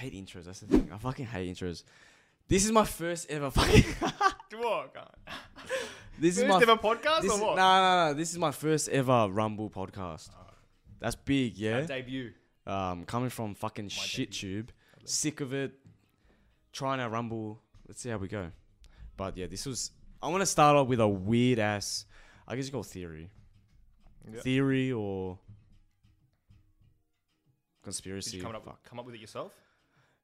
hate intros. That's the thing. I fucking hate intros. This is my first ever fucking. What? guy? this is First my ever podcast this, or what? Oh. Nah, nah, nah. This is my first ever Rumble podcast. That's big, yeah. Our debut. Um, coming from fucking shit tube, sick of it. Trying to Rumble. Let's see how we go. But yeah, this was. I want to start off with a weird ass. I guess you call theory, Yeah. theory or Did conspiracy. you come up, Fuck. come up with it yourself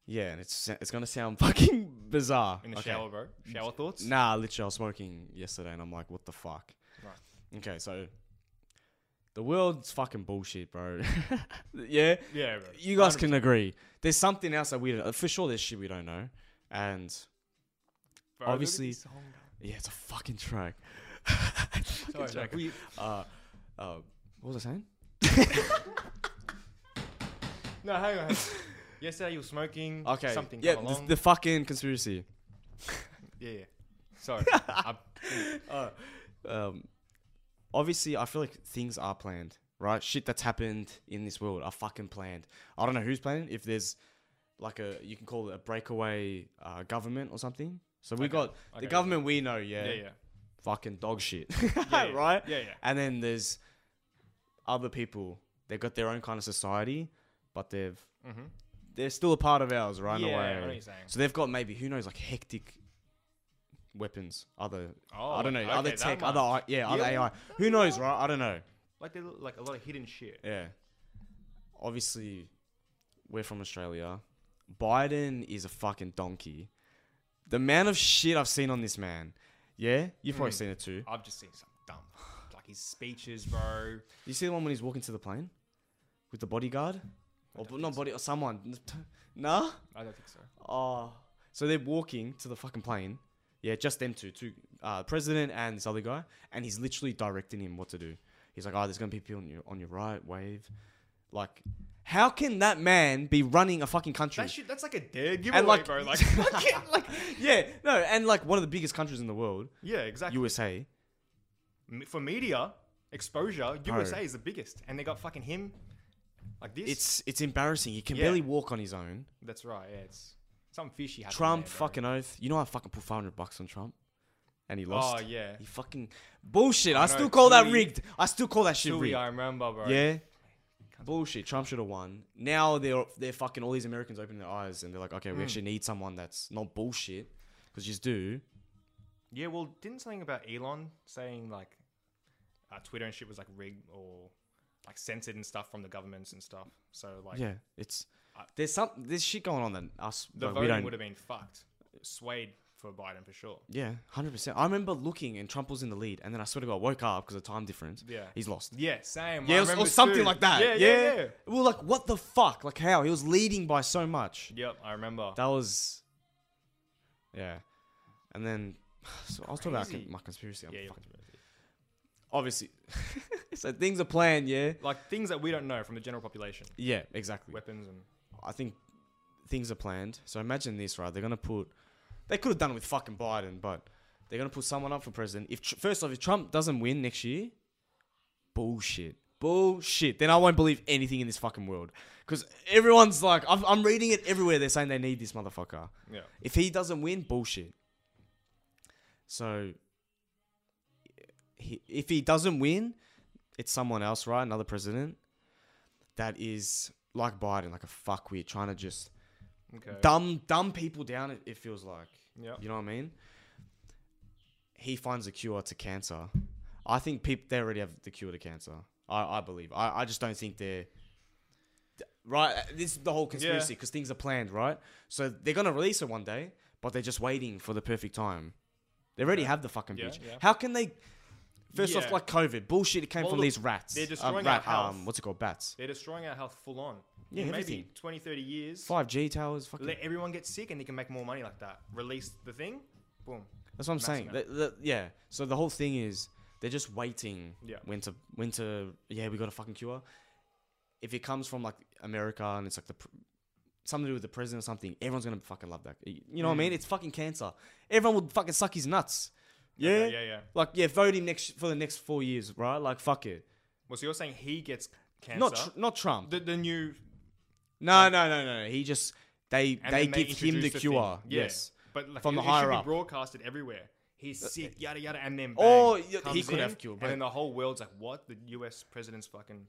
Yeah, and it's it's gonna sound fucking bizarre. in the Okay. shower, bro? Shower thoughts? Nah, literally, I was smoking yesterday, and I'm like, what the fuck? Right. Okay, so the world's fucking bullshit, bro. yeah, Yeah, bro. you guys can agree. There's something else that we don't, for sure. There's shit we don't know, and Bro, look at obviously- this song, bro. yeah, it's a fucking track. Sorry, bro. joking. We- Uh, uh, what was I saying? No, hang on. hang on. Yesterday you were smoking. Okay, Something. Yeah, come the, along. the fucking conspiracy. yeah, yeah. Sorry. I, um, obviously, I feel like things are planned, right? Shit that's happened in this world are fucking planned. I don't know who's planning. If there's like a, you can call it a breakaway uh, government or something. So we Okay. got Okay, the government we know, yeah, yeah, yeah. fucking dog shit, Yeah, yeah. right? Yeah, yeah. And then there's other people. They've got their own kind of society, but they've Mm-hmm. they're still a part of ours, right? yeah, in a I know way. what you're saying. So they've got maybe who knows like hectic weapons, other Oh, I don't know okay, other that tech, much. other I- yeah, other Yeah. AI. Who knows, right? I don't know. Like they look like a lot of hidden shit. Yeah. Obviously, we're from Australia. Biden is a fucking donkey. The amount of shit I've seen on this man. Yeah, you've probably Mm. seen it too. I've just seen some dumb, like his speeches, bro. You see the one when he's walking to the plane with the bodyguard, or don't not body or someone. nah. I don't think so. Oh. So they're walking to the fucking plane. Yeah, just them two, two uh, president and this other guy, and he's literally directing him what to do. He's like, "Oh, there's gonna be people on your on your right, wave." Like, how can that man be running a fucking country? That shit, that's like a dead giveaway, like- bro. Like, fucking, like, yeah, no, and like one of the biggest countries in the world, yeah, exactly. USA. M- For media exposure, Bro. USA is the biggest, and they got fucking him, like this. It's it's embarrassing. He can Yeah. barely walk on his own. that's right. Yeah, it's something fishy. happened Trump, there, bro. fucking oath. You know, I fucking put five hundred bucks on Trump, and he Oh lost. yeah, He fucking bullshit. I, know, still call that Tui- rigged. I still call that shit Tui, rigged. I remember, bro. Yeah. Bullshit. Trump should have won. Now they're they're fucking all these Americans open their eyes and they're like, okay, Hmm. we actually need someone that's not bullshit. Because you just do. Yeah, well, didn't something about Elon saying like uh, Twitter and shit was like rigged or like censored and stuff from the governments and stuff. So like yeah. It's I- there's some there's shit going on that us the but we voting don't. would have been fucked, swayed for Biden for sure. Yeah, hundred percent. I remember looking and Trump was in the lead, and then I swear to God, I woke up because of time difference. Yeah. he's lost. Yeah, same. I Yeah, or, remember or something too. like that. Yeah, yeah, yeah. We were like, what the fuck? Like how he was leading by so much. Yep, I remember. That was, yeah. And then so I was talking about Crazy. con- my conspiracy. I'm yeah, fucking- yeah. obviously. so things are planned, yeah. like things that we don't know from the general population, Yeah, exactly. weapons and I think things are planned. So imagine this, right? They're gonna put. They could have done it with fucking Biden, but they're gonna put someone up for president. If tr- first off, if Trump doesn't win next year, bullshit, bullshit. Then I won't believe anything in this fucking world because everyone's like, I'm, I'm reading it everywhere. They're saying they need this motherfucker. yeah. If he doesn't win, bullshit. So, he, if he doesn't win, it's someone else, right? Another president that is like Biden, like a fuckwit, trying to just Okay. dumb dumb people down. It, it feels like, Yep. you know what I mean? He finds a cure to cancer. I think people they already have the cure to cancer. I, I believe. I, I just don't think they're right. This is the whole conspiracy because things are planned, right? So they're gonna release it one day, but they're just waiting for the perfect time. They already Yeah. have the fucking Yeah, bitch. yeah. How can they? First Yeah. off, like COVID bullshit. It came Well, from look, these rats. they're Um, destroying our rat, health. Um, what's it called? Bats. They're destroying our health full on. Yeah, In maybe everything. 20, 30 years. Five G towers. Fucking Let everyone get sick and they can make more money like that. Release the thing, boom. That's what I'm saying. Maximum. The- the- yeah. So the whole thing is they're just waiting. Yeah. When to when to yeah we got a fucking cure. If it comes from like America and it's like the pr- something to do with the president or something, everyone's gonna fucking love that. You know what I Mm. mean? It's fucking cancer. Everyone would fucking suck his nuts. Yeah. Okay, yeah, yeah. Like yeah, vote him next for the next four years, right? Like fuck it. Well, so you're saying he gets cancer? Not tr- not Trump. the, the new. no, no, no, no, no. He just they And they then give him introduce the thing. cure. Yeah. Yes. but like, From it, the it higher should be up. Uh, broadcasted everywhere. He's sick, yada yada, and then bang, Oh, yeah, he comes could in, have cured, but- and then the whole world's like, what? The U.S. president's fucking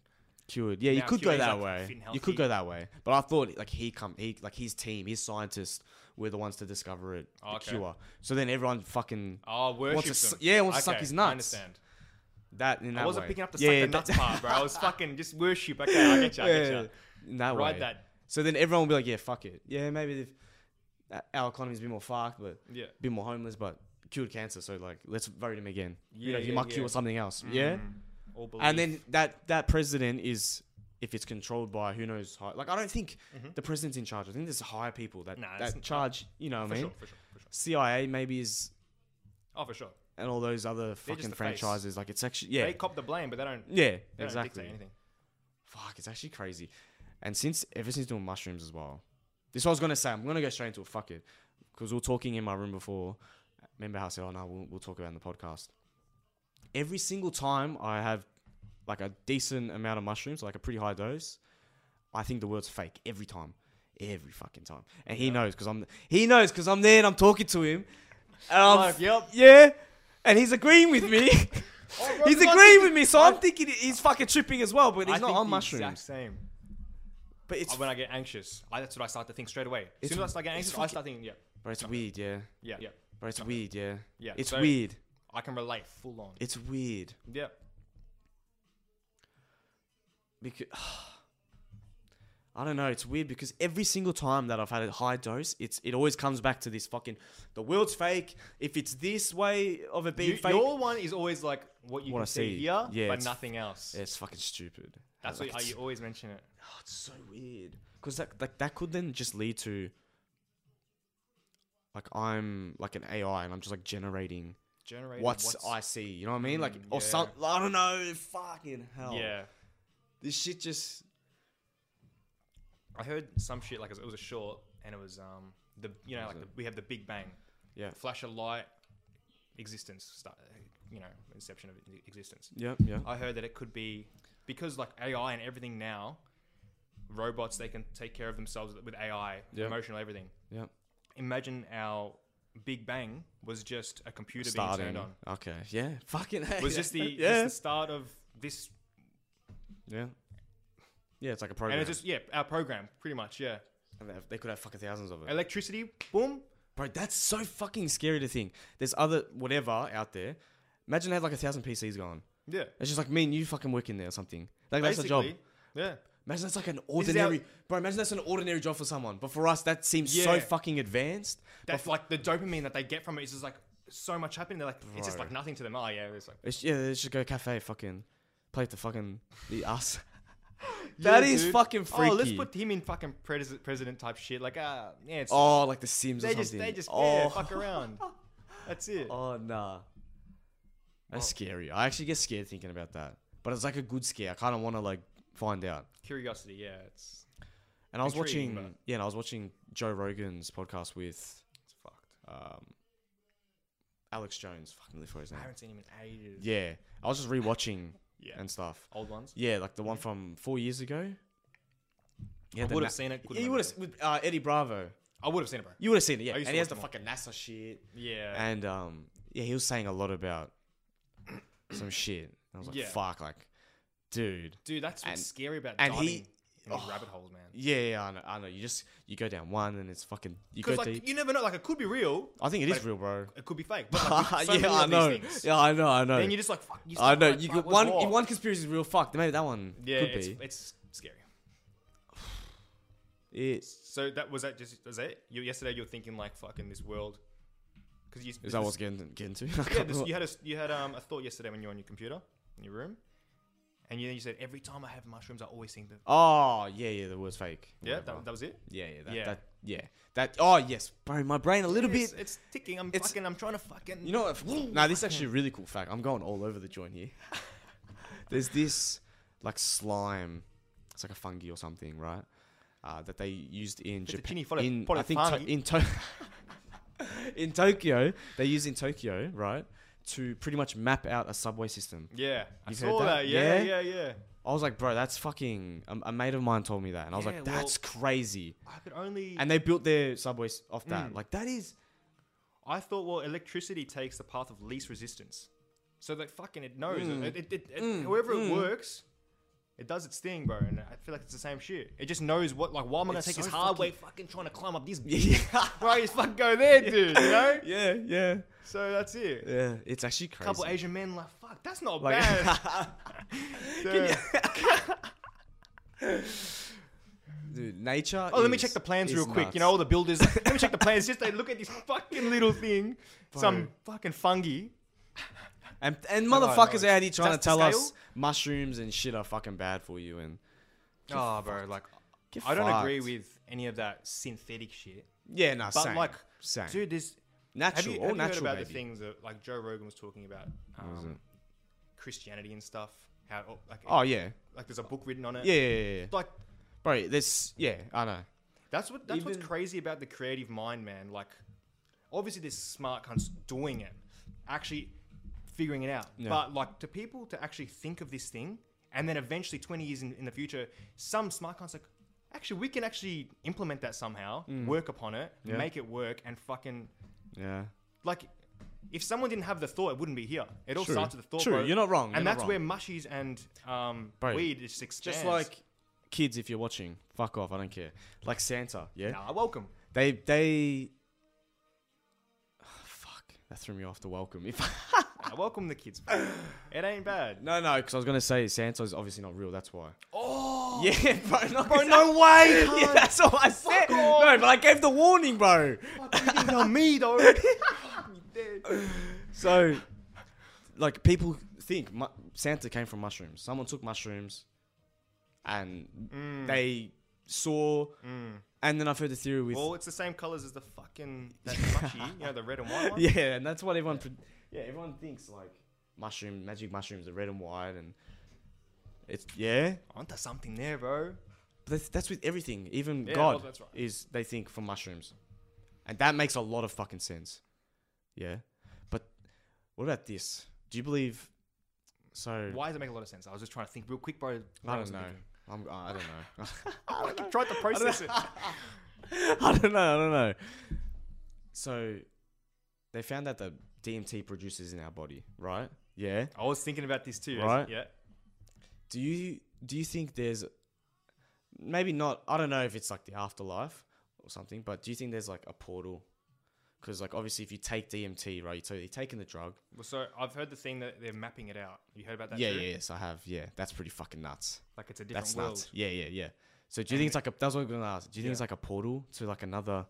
cured. Yeah, you Now could go cured, he's, that like, fit way. and You could healthy. go that way. But I thought like he come he like his team, his scientists were the ones to discover it, the Oh, Okay. cure. So then everyone fucking oh to worships su- him. yeah, wants to suck Okay, his I nuts. understand. that in that I wasn't way. picking up the yeah, suck the nuts that- part, bro. I was fucking just worship. Okay, I get you. I get you. yeah, in that Ride way. that. So then everyone will be like, yeah, fuck it. Yeah, maybe if uh, our economy's a bit more fucked, but Yeah. a bit more homeless, but cured cancer. So like, let's vote him again. Yeah, Yeah, he yeah, might yeah. Mm. cure something else. Yeah. All And belief. then that that president is if it's controlled by who knows high, like I don't think the president's in charge. I think there's higher people that Mm-hmm. Nah, it's that not- charge. You know what for I mean? sure, for sure, for sure. CIA maybe is Oh, for sure. and all those other fucking the face. franchises. Like it's actually yeah They cop the blame, but they don't. yeah They Don't exactly. dictate anything. Fuck, it's actually crazy. And since ever since doing mushrooms as well, this is what I was gonna say. I'm gonna go straight into it. Fuck it, because we were talking in my room before. Remember how I said, "Oh no, we'll, we'll talk about it in the podcast." Every single time I have like a decent amount of mushrooms, like a pretty high dose, I think the world's fake every time, every fucking time. And he knows because I'm he knows because I'm there and I'm talking to him, and I'm Like, yep. yeah, and he's agreeing with me. Oh, bro, he's I agreeing think- with me, so I'm thinking he's fucking tripping as well, but I he's not think on the mushrooms. Exact same. But it's Oh, When I get anxious, I, that's what I start to think straight away. As It's- soon as I start getting it's anxious, I fucking- start thinking, yeah, But it's weird, yeah. yeah, yeah. But it's Okay. weird, yeah. Yeah, It's so- weird. I can relate full on. It's weird Yeah. because I don't know. It's weird because every single time that I've had a high dose, it's it always comes back to this fucking the world's fake. If it's this way of it being You, fake, your one is always like what you What can I see see. here, Yeah, but it's- nothing else. it's fucking stupid. That's Like, what it's, you always mention it. oh, it's so weird because that like that could then just lead to like I'm like an AI and I'm just like generating Generated. what's, I see. You know what I mean? Like Mm, or yeah. some I don't know. Fucking hell. Yeah. This shit just I heard some shit like it was a short, and it was um the you know What was like the, it? we have the Big Bang, Yeah. flash of light, existence, start, you know, inception of e-, existence. Yep, yeah. I heard that it could be because like AI and everything now, robots they can take care of themselves with AI, Yeah. emotional everything. Yep. Imagine our Big Bang was just a computer being Starting. turned on. Okay. Yeah. Fucking. It was just the, just yeah. the start of this, yeah. Yeah, it's like a program. and it's just yeah, our program pretty much yeah. And they have- they could have fucking thousands of it. Electricity, boom. Bro, that's so fucking scary to think. There's other whatever out there. Imagine they had like a thousand PCs going. Yeah, It's just like me and you fucking working there or something. Like that's a job. Basically, Yeah, Imagine that's like an is our- ordinary. bro, imagine that's an ordinary job for someone. But for us, that seems so Yeah. fucking advanced. that's like the dopamine that they get from it is just like so much happening. They're like it's just Bro. like nothing to them. Oh yeah, it's like It's, yeah, they should go cafe fucking play with the fucking the ass. That is fucking freaky. Oh, let's put him in fucking pres- president type shit. Like uh, yeah, it's Oh, like the Sims They or just something. they just oh. yeah, fuck around. That's it. Oh nah. That's scary. I actually get scared thinking about that. But it's like a good scare. I kinda wanna like find out. Curiosity, yeah, it's And I was Intriguing, watching but- yeah, and I was watching Joe Rogan's podcast with it's fucked. um Alex Jones, fucking live for his name. I haven't seen him in ages. Yeah. I was just rewatching Yeah. and stuff. Old ones. Yeah, like the one from four years ago. Yeah, I would have seen it. couldn't Yeah, you would remember. have with uh, Eddie Bravo. I would have seen it, bro. You would have seen it, yeah. I And used to he has watch the him all. fucking NASA shit. Yeah. and um, yeah, he was saying a lot about some shit. And I was like, Yeah. fuck, like, dude, Dude, that's what's and- scary about and diving he- in these oh. rabbit holes, man. yeah, yeah, I know, I know. You just you go down one and it's fucking you go Because like deep. you never know. Like it could be real, I think it but is real, bro. it could be fake. But like, with so yeah, many I of know. These things, Yeah, I know. I know. Then you're just like, fuck. You I know. fuck, You fuck, could, what's one what? if one conspiracy is real. Fuck, then maybe that one Yeah, could it's, be. it's scary. It's, So that was that just was that it? You yesterday you were thinking like fucking this world. Because you is this- that what's getting getting to? I yeah, can't this, remember. you had a you had um, a thought yesterday when you were on your computer in your room, and you, you said every time I have mushrooms, I always think that. oh yeah, yeah. The word's fake. Yeah, Whatever. that, that was it. yeah, yeah, that, Yeah. that, yeah. That. Oh yes, bro. My brain a little It's, bit. it's ticking. I'm it's- fucking. I'm trying to fucking. You know what? Now this is actually a really cool fact. I'm going all over the joint here. There's this like slime. It's like a fungi or something, right? Uh, that they used in Fettuccine Japan. fole- In, fole I think to- fungi. in, to- in Tokyo, they use in Tokyo, right, to pretty much map out a subway system. yeah, I You've heard saw that? that. Yeah, Yeah? yeah, yeah. I was like, bro, that's fucking. A, a mate of mine told me that, and I was Yeah, like, well- that's crazy. I could only. And they built their subways off that. Mm. Like that is I thought, well, electricity takes the path of least resistance. So that fucking it knows. Mm. It, it, it, it- Mm, However mm. it works, it does its thing, bro. And I feel like it's the same shit. It just knows what, like, why am I going It's to take so this hard fucking- way fucking trying to climb up these. yeah, bro, just fucking go there, dude, you know? yeah, yeah, So that's it. yeah. It's actually A crazy. couple Asian men, like, fuck, that's not Like- bad. Dude. Dude, nature. Oh, let me is- check the plans is real quick. You know, nuts. all the builders. let me check the plans. Just they look at this fucking little thing, some fucking fungi. And, and No, no, motherfuckers no. out here trying That's to the tell us scale? mushrooms and shit are fucking bad for you. And Oh, bro, like Get I don't agree fucked. with any of that synthetic shit. yeah, nah, But same, like, same. dude, there's have natural, you, all have you heard natural, about baby. the things that like Joe Rogan was talking about What was um, it? Christianity and stuff? How oh, like Oh yeah, like there's a book written on it. yeah, yeah, yeah, yeah. like bro. This, yeah, I know. that's what that's what's Even- crazy about the creative mind, man. Like, obviously, there's smart cunts doing it, actually figuring it out. Yeah. But like to people to actually think of this thing, and then eventually, 20 years in, in the future, some smart cunts like, actually, we can actually implement that somehow, work upon it, Mm. Yeah. make it work, and fucking Yeah, like if someone didn't have the thought, it wouldn't be here. It all True. starts with the thought. True, bro. you're not wrong, you're and not that's wrong. where mushies and um, Bro, weed just expands. just like kids, if you're watching, fuck off. I don't care. Like Santa, yeah. nah, welcome. They they. fuck, that threw me off the welcome. If Nah, welcome the kids. bro. it ain't bad. no, no, because I was gonna say Santa's obviously not real. That's why. Oh, Yeah, bro. No, bro, no way. Yeah, cunt. that's all I said. Fuck off. No, but I gave the warning, bro. Fuck, you didn't tell me though. Fuck, you dead. So, like, people think mu- Santa came from mushrooms. Someone took mushrooms, and Mm, they saw. mm. And then I've heard the theory with Well, it's the same colors as the fucking that mushie, you know, the red and white one. yeah, and that's what everyone. Pre- yeah, everyone thinks like mushroom, magic mushrooms are red and white, and it's yeah. Onto something there, bro. But that's, that's with everything. Even Yeah, well, God that's right. is they think from mushrooms, and that makes a lot of fucking sense. Yeah, but what about this? Do you believe? So Why does it make a lot of sense? I was just trying to think real quick, bro. I was don't know. thinking. Oh, I'm, I don't know. I fucking tried to process it. I don't know. I don't know. So they found out that DMT produces in our body, right? Yeah. I was thinking about this too. Right. Yeah. Do you do you think there's maybe not? I don't know if it's like the afterlife or something, but do you think there's like a portal? Because like obviously, if you take DMT, right? So you're taking the drug. Well, so I've heard the thing that they're mapping it out. You heard about that? yeah, too? yeah, yes, I have. Yeah, that's pretty fucking nuts. Like it's a different That's world. nuts. Yeah, yeah, yeah. So do you think it's like a? That's what I'm gonna ask. Do you think it's like a portal to like another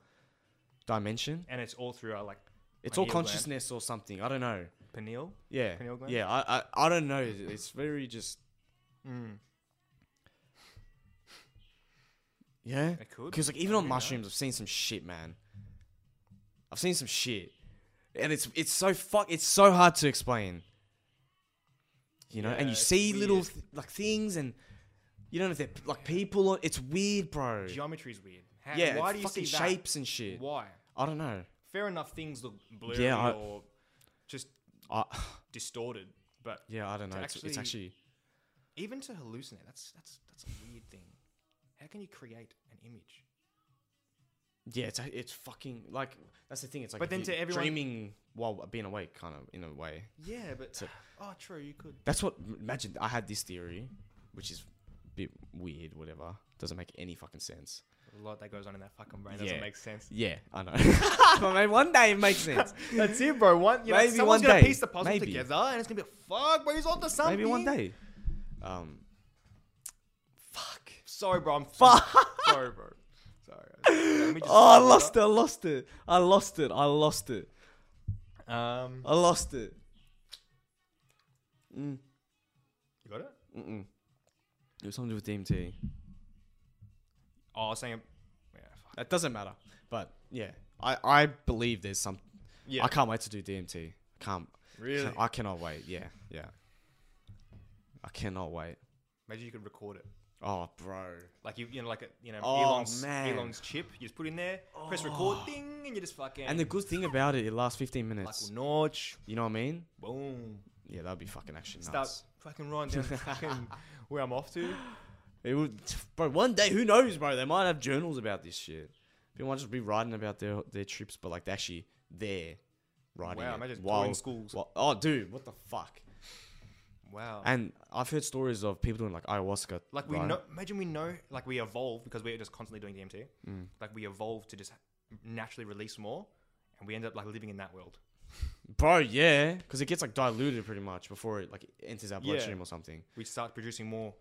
dimension? And it's all through our like It's my all heel gland. consciousness or something. I don't know. pineal. Yeah, Pineal gland? yeah. I, I I don't know. It's very just Mm. yeah. It could. Because like even I on don't know. mushrooms, I've seen some shit, man. I've seen some shit, and it's it's so fuck. It's so hard to explain. You know, and Yeah, you it's see little weird. th- like things, and you don't know if they're like people. Or, it's weird, bro. Geometry's weird. How, yeah, Why it's do you fucking see that? shapes and shit. Why? I don't know. Fair enough. Things look blurry Yeah, I- or just I, distorted, but yeah, I don't know. It's, it's actually- actually even to hallucinate, that's that's that's a weird thing. How can you create an image? yeah, it's it's fucking like that's the thing. It's like But then you- to everyone- dreaming while being awake, kind of in a way. Yeah, but So- oh, true. You could. That's what. Imagine I had this theory, which is a bit weird. Whatever doesn't make any fucking sense. A lot that goes on in that fucking brain Yeah. doesn't make sense. Yeah, I know. but maybe one day it makes sense. That's it, bro. One, you Maybe know, one someone's gonna day. piece the puzzle Maybe. together, and it's gonna be like, fuck, bro. He's onto something. Maybe one day. Um. Fuck. Sorry, bro. I'm fuck. Sorry, bro. Sorry. Let me just- Oh, I lost it. I lost it. I lost it. I lost it. Um, I lost it. you got it. Mm-mm. It was something with DMT. Oh, I was saying, yeah, fuck. That doesn't matter. But yeah, I I believe there's some. Yeah. I can't wait to do DMT. Can't. Really? I cannot wait. Yeah. Yeah. I cannot wait. Imagine you could record it. Oh, bro. Like you, you know, like a, you know, Oh, Elon's man. Oh. Elon's chip. You just put in there, press record, ding, and you just fucking. And the good thing about it, it lasts 15 Michael minutes. Notch, You know what I mean? boom, Yeah, that'd be fucking actually nuts. start fucking write down fucking where I'm off to. It would, bro. One day, who knows, bro? They might have journals about this shit. People might just be writing about their their trips, but like they're actually there writing. Wow, it imagine while- touring schools. while- oh, dude, what the fuck? Wow. And I've heard stories of people doing like ayahuasca. like we right? know, imagine we know, like we evolve because we're just constantly doing DMT. Mm. Like we evolve to just naturally release more, and we end up like living in that world. bro. Yeah, because it gets like diluted pretty much before it like enters our Yeah. bloodstream or something. We start producing more,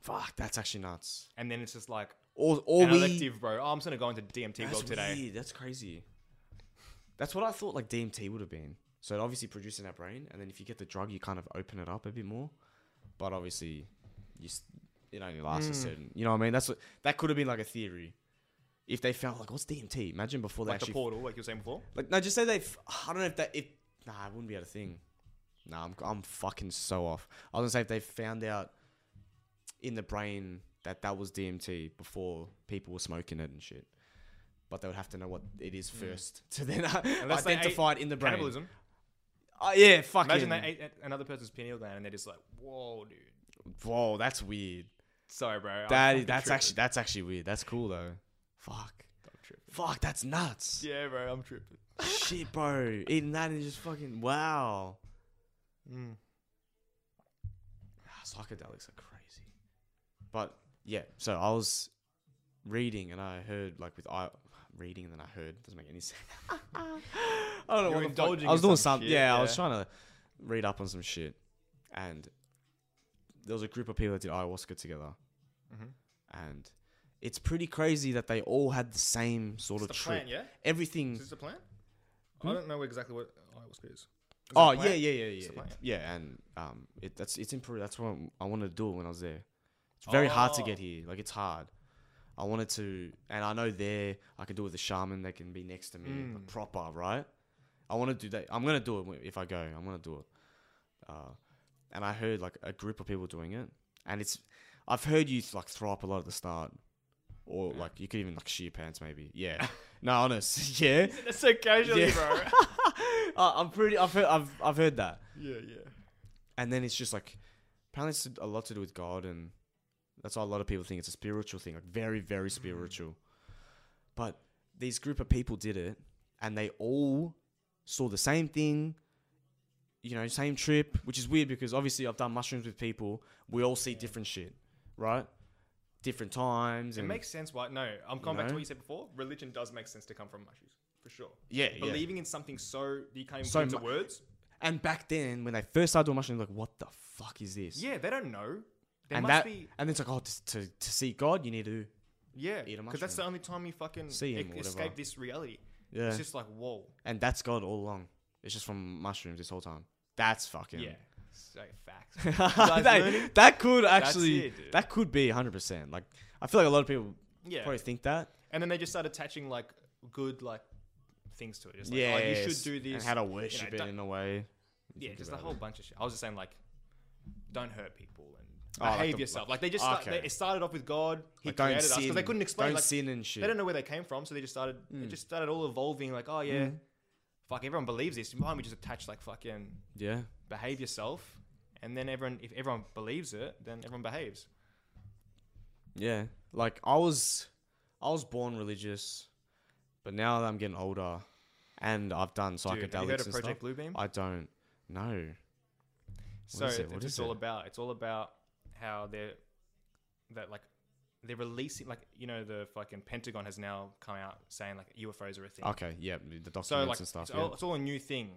Fuck, that's actually nuts. and then it's just like Or or an we elective, bro. Oh, I'm just gonna go into DMT that's world today. weird, That's crazy. That's what I thought like DMT would have been. So it obviously produces in our brain, and then if you get the drug, you kind of open it up a bit more. But obviously, you s- it only lasts a Mm. certain. You know what I mean? That's what, that could have been like a theory. If they found like what's DMT? Imagine before they Like the actually portal, like you were saying before. Like no, just say they. F- I don't know if that. If nah, it wouldn't be able to thing. Nah, I'm I'm fucking so off. I was gonna say if they found out in the brain that that was DMT before people were smoking it and shit, but they would have to know what it is first to then Mm. Unless they identify it in the brain. Cannibalism. Oh, yeah, fucking. Imagine they ate at another person's pineal gland, and they're just like, "Whoa, dude." Whoa, that's weird. Sorry, bro. That is, that's actually that's actually weird. That's cool though. Fuck. I'm tripping. Fuck, that's nuts. Yeah, bro, I'm tripping. Shit, bro. Eating that and just fucking wow. Mm. Ah, psychedelics are crazy. But yeah, so I was reading and I heard like with I reading and then I heard doesn't make any sense. I don't know what You're the fuck- indulging I was in doing some something. shit, Yeah, I was yeah. trying to read up on some shit, and there was a group of people that did ayahuasca together, Mhm. and it's pretty crazy that they all had the same sort It's of the trip. plant, yeah. Everything. Is this a plant? I Hmm? don't know exactly what ayahuasca is. Is. it a Oh yeah, plant? yeah, yeah, yeah, It's a plant. yeah. And um, it, that's it's improved. That's what I'm- I wanted to do when I was there. It's very hard to Oh. get here. Like it's hard. I wanted to, and I know there I can do it with a shaman that can be next to me, like, Mm. proper, right? I want to do that. I'm gonna do it if I go. I'm gonna do it. Uh, and I heard like a group of people doing it, and it's I've heard you like throw up a lot at the start, or Yeah. like you could even like shit your pants maybe. Yeah. no, honest. Yeah. That's so casually, Yeah. bro. Uh, I'm pretty. I've heard. I've I've heard that. yeah, yeah. and then it's just like apparently it's a lot to do with God, and that's why a lot of people think it's a spiritual thing, like very, very Mm-hmm. spiritual. But these group of people did it, and they all saw the same thing, you know, same trip, which is weird because obviously I've done mushrooms with people. We all see different shit, right? Different times. It And makes sense. Why? No, I'm You going back know? to what you said before. Religion does make sense to come from mushrooms, for sure. yeah, yeah. Believing in something so that you can't even So put into mu- words. And back then, when they first started doing mushrooms, like, what the fuck is this? Yeah, they don't know. There And must that, be. and it's like, oh, to, to, to see God, you need to, Yeah, eat a because that's the only time you fucking See 'em e- or whatever. escape this reality. yeah. It's just like whoa. And that's God all along. It's just from mushrooms this whole time. That's fucking. Yeah. So facts. guys learning? that, that could actually. it, dude. that could be 100%. Like, I feel like a lot of people Yeah. probably think that. And then they just start attaching like good like things to it. It's like, yeah. oh, you should do this. And how to worship don't- it in a way. yeah, Think just a about whole it. bunch of shit. I was just saying like, don't hurt people and Oh, like behave the- yourself. Like they just start, okay. they, it started off with God. He Like, created us because they sin. couldn't explain. Don't like sin and shit. they don't know where they came from, so they just started. Mm. It just started all evolving. Like oh yeah, fuck everyone believes this. Why don't we just attach like fucking yeah. behave yourself, and then everyone if everyone believes it, then everyone behaves. Yeah. Like, I was. I was born religious, but now that I'm getting older and I've done psychedelics Dude, have you heard of and Project stuff, Bluebeam? I don't know. So is it? it- What it's is all it? about it's all about how they're that like they're releasing like you know the fucking Pentagon has now come out saying like UFOs are a thing. Okay, yeah, the documents so like and stuff. it's, yeah. all, it's all a new thing.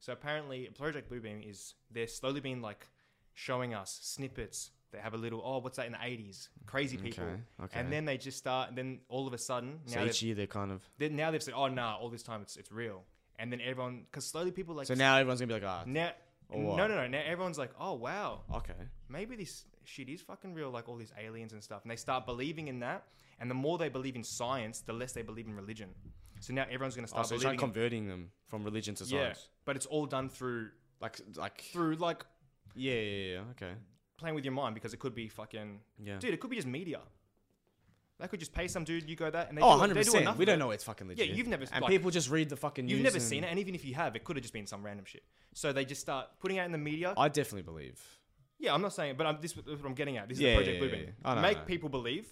So apparently, Project Bluebeam is they're slowly being like showing us snippets. They have a little oh, what's that in the eighties? Crazy people. Mm, Okay, okay. And then they just start. And then all of a sudden, now so they've, each year they're kind of. they- now they've said oh nah, all this time it's it's real. And then everyone, because slowly people like So now everyone's gonna be like, ah, now, Or no what? no no now everyone's like oh wow okay. maybe this shit is fucking real, like all these aliens and stuff. And they start believing in that. And the more they believe in science, the less they believe in religion. So now everyone's going to Oh, start so it's like believing. in- converting them from religion to yeah, science. but it's all done through Like, like, through like yeah, yeah, yeah, yeah, okay, playing with your mind because it could be fucking yeah. Oh, dude. It could be just media. They could just pay some dude. You go that, and they oh, do, 100 They do percent. enough We of don't it. know it's fucking legit. you've never- and like- people just read the fucking news. You've never and- seen it, and even if you have, it could have just been some random shit. So they just start putting out in the media. I definitely believe Yeah, I'm not saying, but I'm, this is what I'm getting at. This is Yeah, the Project yeah, Blueprint. yeah, yeah. I know, Make I know. people believe,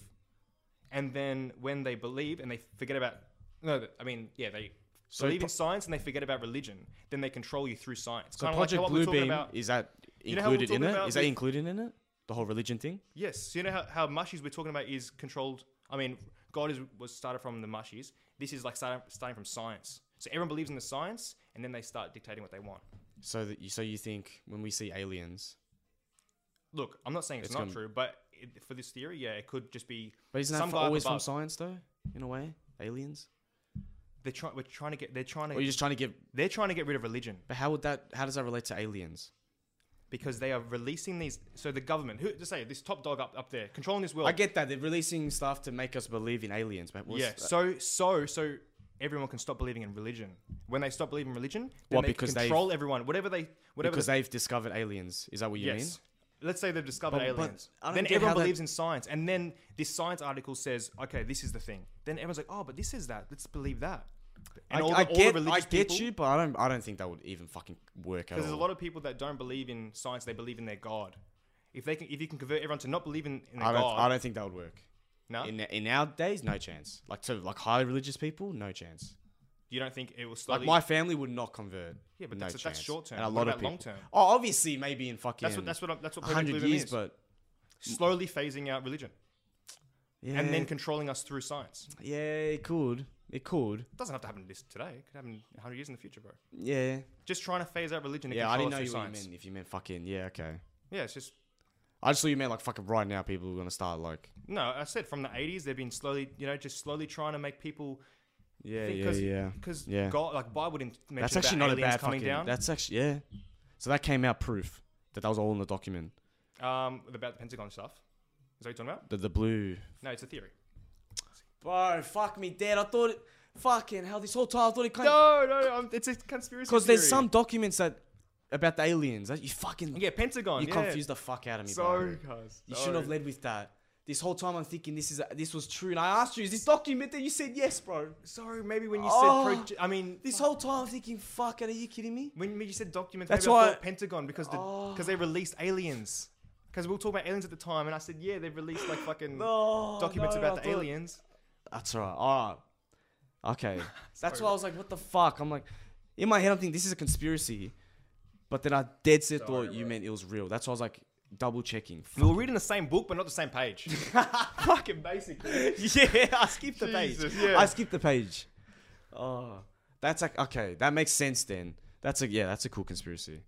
and then when they believe and they forget about no, th- I mean yeah, they So believe pro- in science and they forget about religion. Then they control you through science. So Kinda Project like how we were talking Bluebeam about- is that You know how we were included in talking it? about Is that the- included in it? The whole religion thing. Yes, so you know how, how mushies we're talking about is controlled. I mean, God is was started from the mushies. This is like starting, starting from science. So everyone believes in the science, and then they start dictating what they want. So that you, so you think when we see aliens, Look, I'm not saying it's, It's not gonna- true, but it, for this theory, yeah, it could just be but isn't Some that f- guy up always from above. science though? In a way, aliens. they're trying. We're trying to get. They're trying Or to. you're just trying to get. they're trying to get rid of religion But how would that? How does that relate to aliens? because they are releasing these. So the government, who just say this top dog up up there, controlling this world. I get that they're releasing stuff to make us believe in aliens, but what's yeah. So so so everyone can stop believing in religion. When they stop believing in religion, then What, they because can they've- control everyone. Whatever they whatever because the- they've discovered aliens. Is that what you mean? yes. Let's say they've discovered But- but aliens. I don't then get everyone how that- believes in science, and then this science article says, "Okay, this is the thing." Then everyone's like, "Oh, but this is that. Let's believe that." I, all the- I all the get, I religious get people- you, but I don't. I don't think that would even fucking work at all. Because there's a lot of people that don't believe in science; they believe in their God. If they can, if you can convert everyone to not believe in, in their I don't. God, I don't think that would work. no, In in our days, no chance. Like to like highly religious people, no chance. you don't think it will slowly. Like my family would not convert. Yeah, but no that's- that's chance. short-term. And a What lot about of people. long-term? Oh, obviously, maybe in fucking that's what that's what I'm- that's what Project hundred Bluebeam years, is. but slowly phasing out religion yeah, and then controlling us through science. yeah, it could, it could, It doesn't have to happen this today. It could happen 100 years in the future, bro. yeah, Just trying to phase out religion. And yeah. I control didn't know us you through what you science. meant. If you meant fucking, yeah, okay. Yeah, it's just I just thought you meant like fucking right now. People are gonna start like, No, I said from the 80s, they've been slowly, you know, just slowly trying to make people yeah, think yeah, yeah. because Yeah. God, like Bible didn't mention That's actually about not a aliens bad coming fucking. down That's actually yeah. So that came out proof that that was all in the document. um, about the Pentagon stuff. Is that what you're talking about? The the blue. No, it's a theory. Bro, fuck me, dead. I thought it. Fucking hell! This whole time I thought it came No, no, no, um, it's a conspiracy. because there's theory. some documents that about the aliens that you fucking yeah, Pentagon. You yeah. confused the fuck out of me, bro. Sorry, guys. You shouldn't have Sorry. led with that. This whole time I'm thinking this is this was true, and I asked you, is this documented? You said yes, bro. Sorry, maybe when you Oh. said project, I mean, This whole time I'm thinking, fuck, are you kidding me? when you said documents, That's maybe I why- thought Pentagon because the, Oh. because they released aliens. Because we were talking about aliens at the time, and I said, yeah, they've released like fucking No, documents no, I about the thought- aliens. That's all right. All right. Okay. That's why I was like, what the fuck? I'm like, in my head, I'm thinking this is a conspiracy, but then I dead set thought you meant it was real. That's why I was like, double checking. We were reading the same book, but not the same page. Fucking basic. yeah, I skipped the Jesus, page. yeah. I skipped the page. Oh, that's like okay. That makes sense then. That's a yeah. That's a cool conspiracy.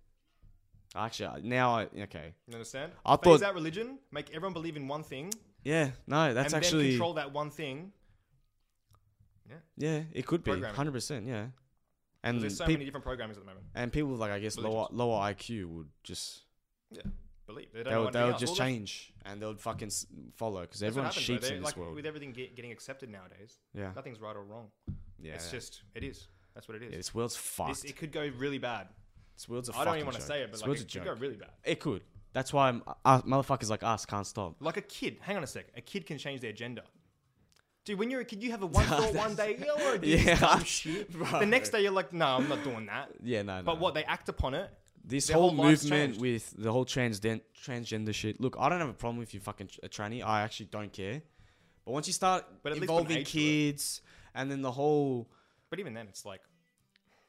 Actually, I- now I okay. You understand? I Phase thought- out religion, make everyone believe in one thing, Yeah, no, that's and then actually control that one thing. yeah. It could be Programming. hundred percent. Yeah, and There's so peop- many different programs at the moment. and people with, like I guess lower Religions. lower IQ would just Yeah, believe they don't. they know would they anything would else. just Well, that's- change and they would fucking s- follow because that's what everyone's happens, sheep though. They- in this like, world. With everything get, getting accepted nowadays, Yeah, nothing's right or wrong. yeah. it's just it is. That's what it yeah, is. this world's This, fucked. it could go really bad. this world's a I fucking don't even want to joke. say it, but This like, world's it a could joke. go really bad. It could. That's why I'm, uh, motherfuckers like us can't stop. Like a kid. Hang on a sec. A kid can change their gender. Dude, when you're a kid, you have a one thought one day, yeah, I wanna do this Yeah, dumb shit. bro. The next day, you're like, no, I'm not doing that. Yeah, no, no. But what they act upon it, this their whole, whole life's movement changed. with the whole transden- transgender shit. Look, I don't have a problem if you fucking tr- a tranny. I actually don't care. But once you start But at least put an involving age to it. kids and then the whole, but even then, it's like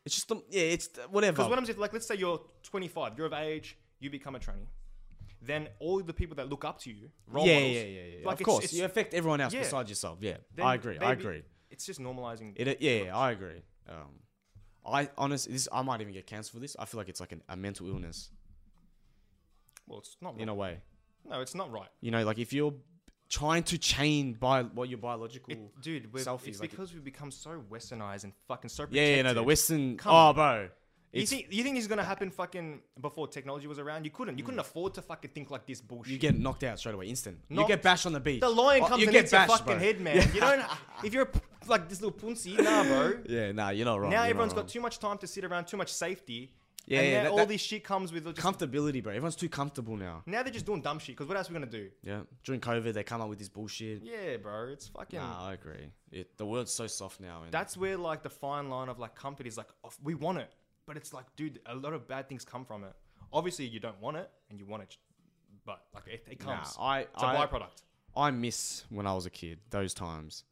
it's just the, yeah, it's the- whatever. Because what I'm saying, like, let's say you're 25, you're of age, you become a tranny, then all the people that look up to you, role yeah, models, yeah, yeah, yeah, yeah. like, of it's- course, it's- you affect everyone else Yeah. besides yourself. Yeah, then I agree. they I be- agree. It's just normalizing. It, yeah, yeah, I agree. Um, I honestly, this I might even get cancelled for this. I feel like it's like an, a mental illness well, it's not. in right. a way. no, it's not right. You know, like if you're trying to chain by what your biological. It, dude, we're, Selfies, it's like- because we've become so westernized and fucking so yeah, protected. yeah, no, the Western. Come oh, on. bro. You It's think, you think this is going to happen fucking before technology was around? You couldn't. You couldn't afford to fucking think like this bullshit. You get knocked out straight away, instant. Knocked- you get bashed on the beach. the lion Oh, comes you and get eats your bashed, fucking bro. head, man. You don't. If you're a p like this little punsy, nah, bro. Yeah, nah, you're not wrong. Now you're everyone's not got wrong. too much time to sit around, too much safety. Yeah, and yeah, now that- all that- this shit comes with just, comfortability, bro. Everyone's too comfortable now. now they're just doing dumb shit. Because what else are we gonna do? Yeah. During COVID, they come up with this bullshit. Yeah, bro, it's fucking. Nah, I agree. It, the world's so soft now. And That's where like the fine line of like comfort is like oh, we want it, but it's like, dude, a lot of bad things come from it. Obviously, you don't want it, and you want to but like it, it Nah, comes. I, it's a I, byproduct. I miss when I was a kid, those times.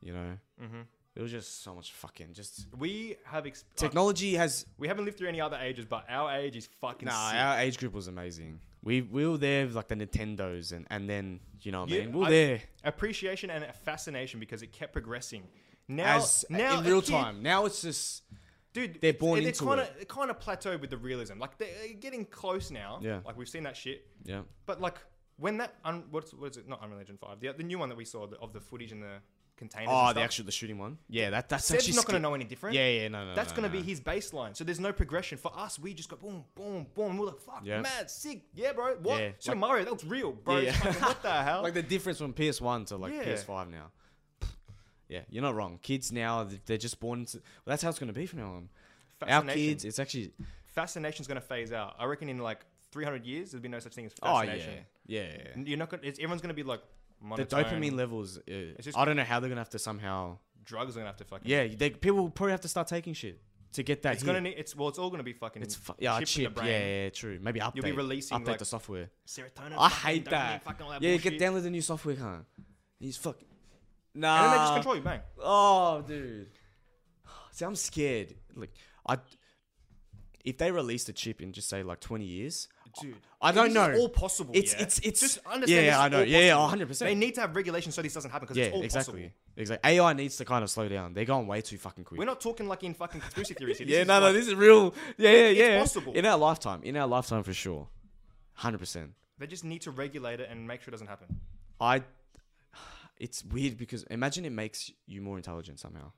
You know? Mm-hmm. It was just so much fucking just We have exp- uh, technology has we haven't lived through any other ages, but our age is fucking. Nah, sick. our age group was amazing. We we were there with, like the Nintendos and, and then you know what I Yeah, mean? We were I- there appreciation and fascination because it kept progressing. Now, as now in a real kid- time. Now it's just dude. They're born it's, into kinda, it. kind of plateaued with the realism. Like they're getting close now. Yeah. like we've seen that shit. Yeah. But like when that un- what's what is it? Not Unreal Engine Five. The, the new one that we saw the, of the footage in the containers. and Oh, the stuff, actual the shooting one. Yeah, that that's Seb's actually not sca- going to know any different. Yeah, yeah, no, no. That's no, going to no. be his baseline. So there's no progression. For us, we just go boom, boom, boom. We're like, fuck, Yeah. mad, sick. Yeah, bro. What? Yeah, Super like- Mario, that was real, bro. Yeah. Fucking what the hell? like the difference from PS One to like Yeah. PS Five now. Yeah, you're not wrong. Kids now th- they're just born. Into, well, that's how it's going to be from now on. Our Fascination. kids, it's actually. Fascination's going to phase out. I reckon in like 300 years, there'll be no such thing as Oh yeah, fascination. yeah. yeah. You're not going to, everyone's going to be like, The monotone. dopamine levels. Uh, just- I don't know how they're going to have to somehow. drugs are going to have to fucking. Yeah, they, people will probably have to start taking shit to get that. It's going to hit. need, it's, well, it's all going to be fucking. It's fu- yeah, a chipped in the chip. Yeah, brain. yeah, yeah, true. Maybe update. You'll be releasing, update like- the software. Serotonin. I fucking hate dopamine, that. Fucking all that yeah, bullshit. get download the new software, can't? He's fuck. And then they just Nah. control you, bang. Oh, dude. See, I'm scared. Like, I. If they release the chip in just say like 20 years, Dude. I don't This is know. all possible. It's- yeah? it's- it's- Just understand. yeah, this is I know. all Yeah, yeah, possible. 100%. They need to have regulations so this doesn't happen because yeah, it's all exactly, possible. exactly. AI needs to kind of slow down. They're going way too fucking quick. We're not talking like in fucking conspiracy theories here. yeah, is no, no, like- this is real. Yeah, yeah, yeah. possible. in our lifetime, in our lifetime for sure, hundred percent. They just need to regulate it and make sure it doesn't happen. I. It's weird because imagine it makes you more intelligent somehow.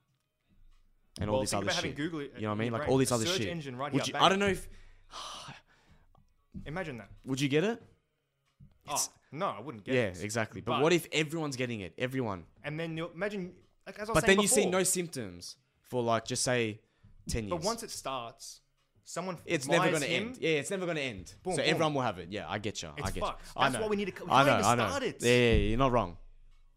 And all Well, this think other about shit. having Google. you know what I in mean? your Like brain. all this A other search shit. engine right Would here. you, bang. I don't know if Imagine that. would you get it? Oh, no, I wouldn't get yeah, it. exactly. But, But- what if everyone's getting it? Everyone. And then you imagine, like as I was But saying then you see before, no symptoms for like just say ten years. But once it starts, someone it's never admires going to him, end. Yeah, it's never going to end. Boom, so boom. everyone will have it. Yeah, I get you. I It's get ya. fucked. I That's know. why we need to. We I know. can't even I know. start it. Yeah, yeah, yeah, you're not wrong.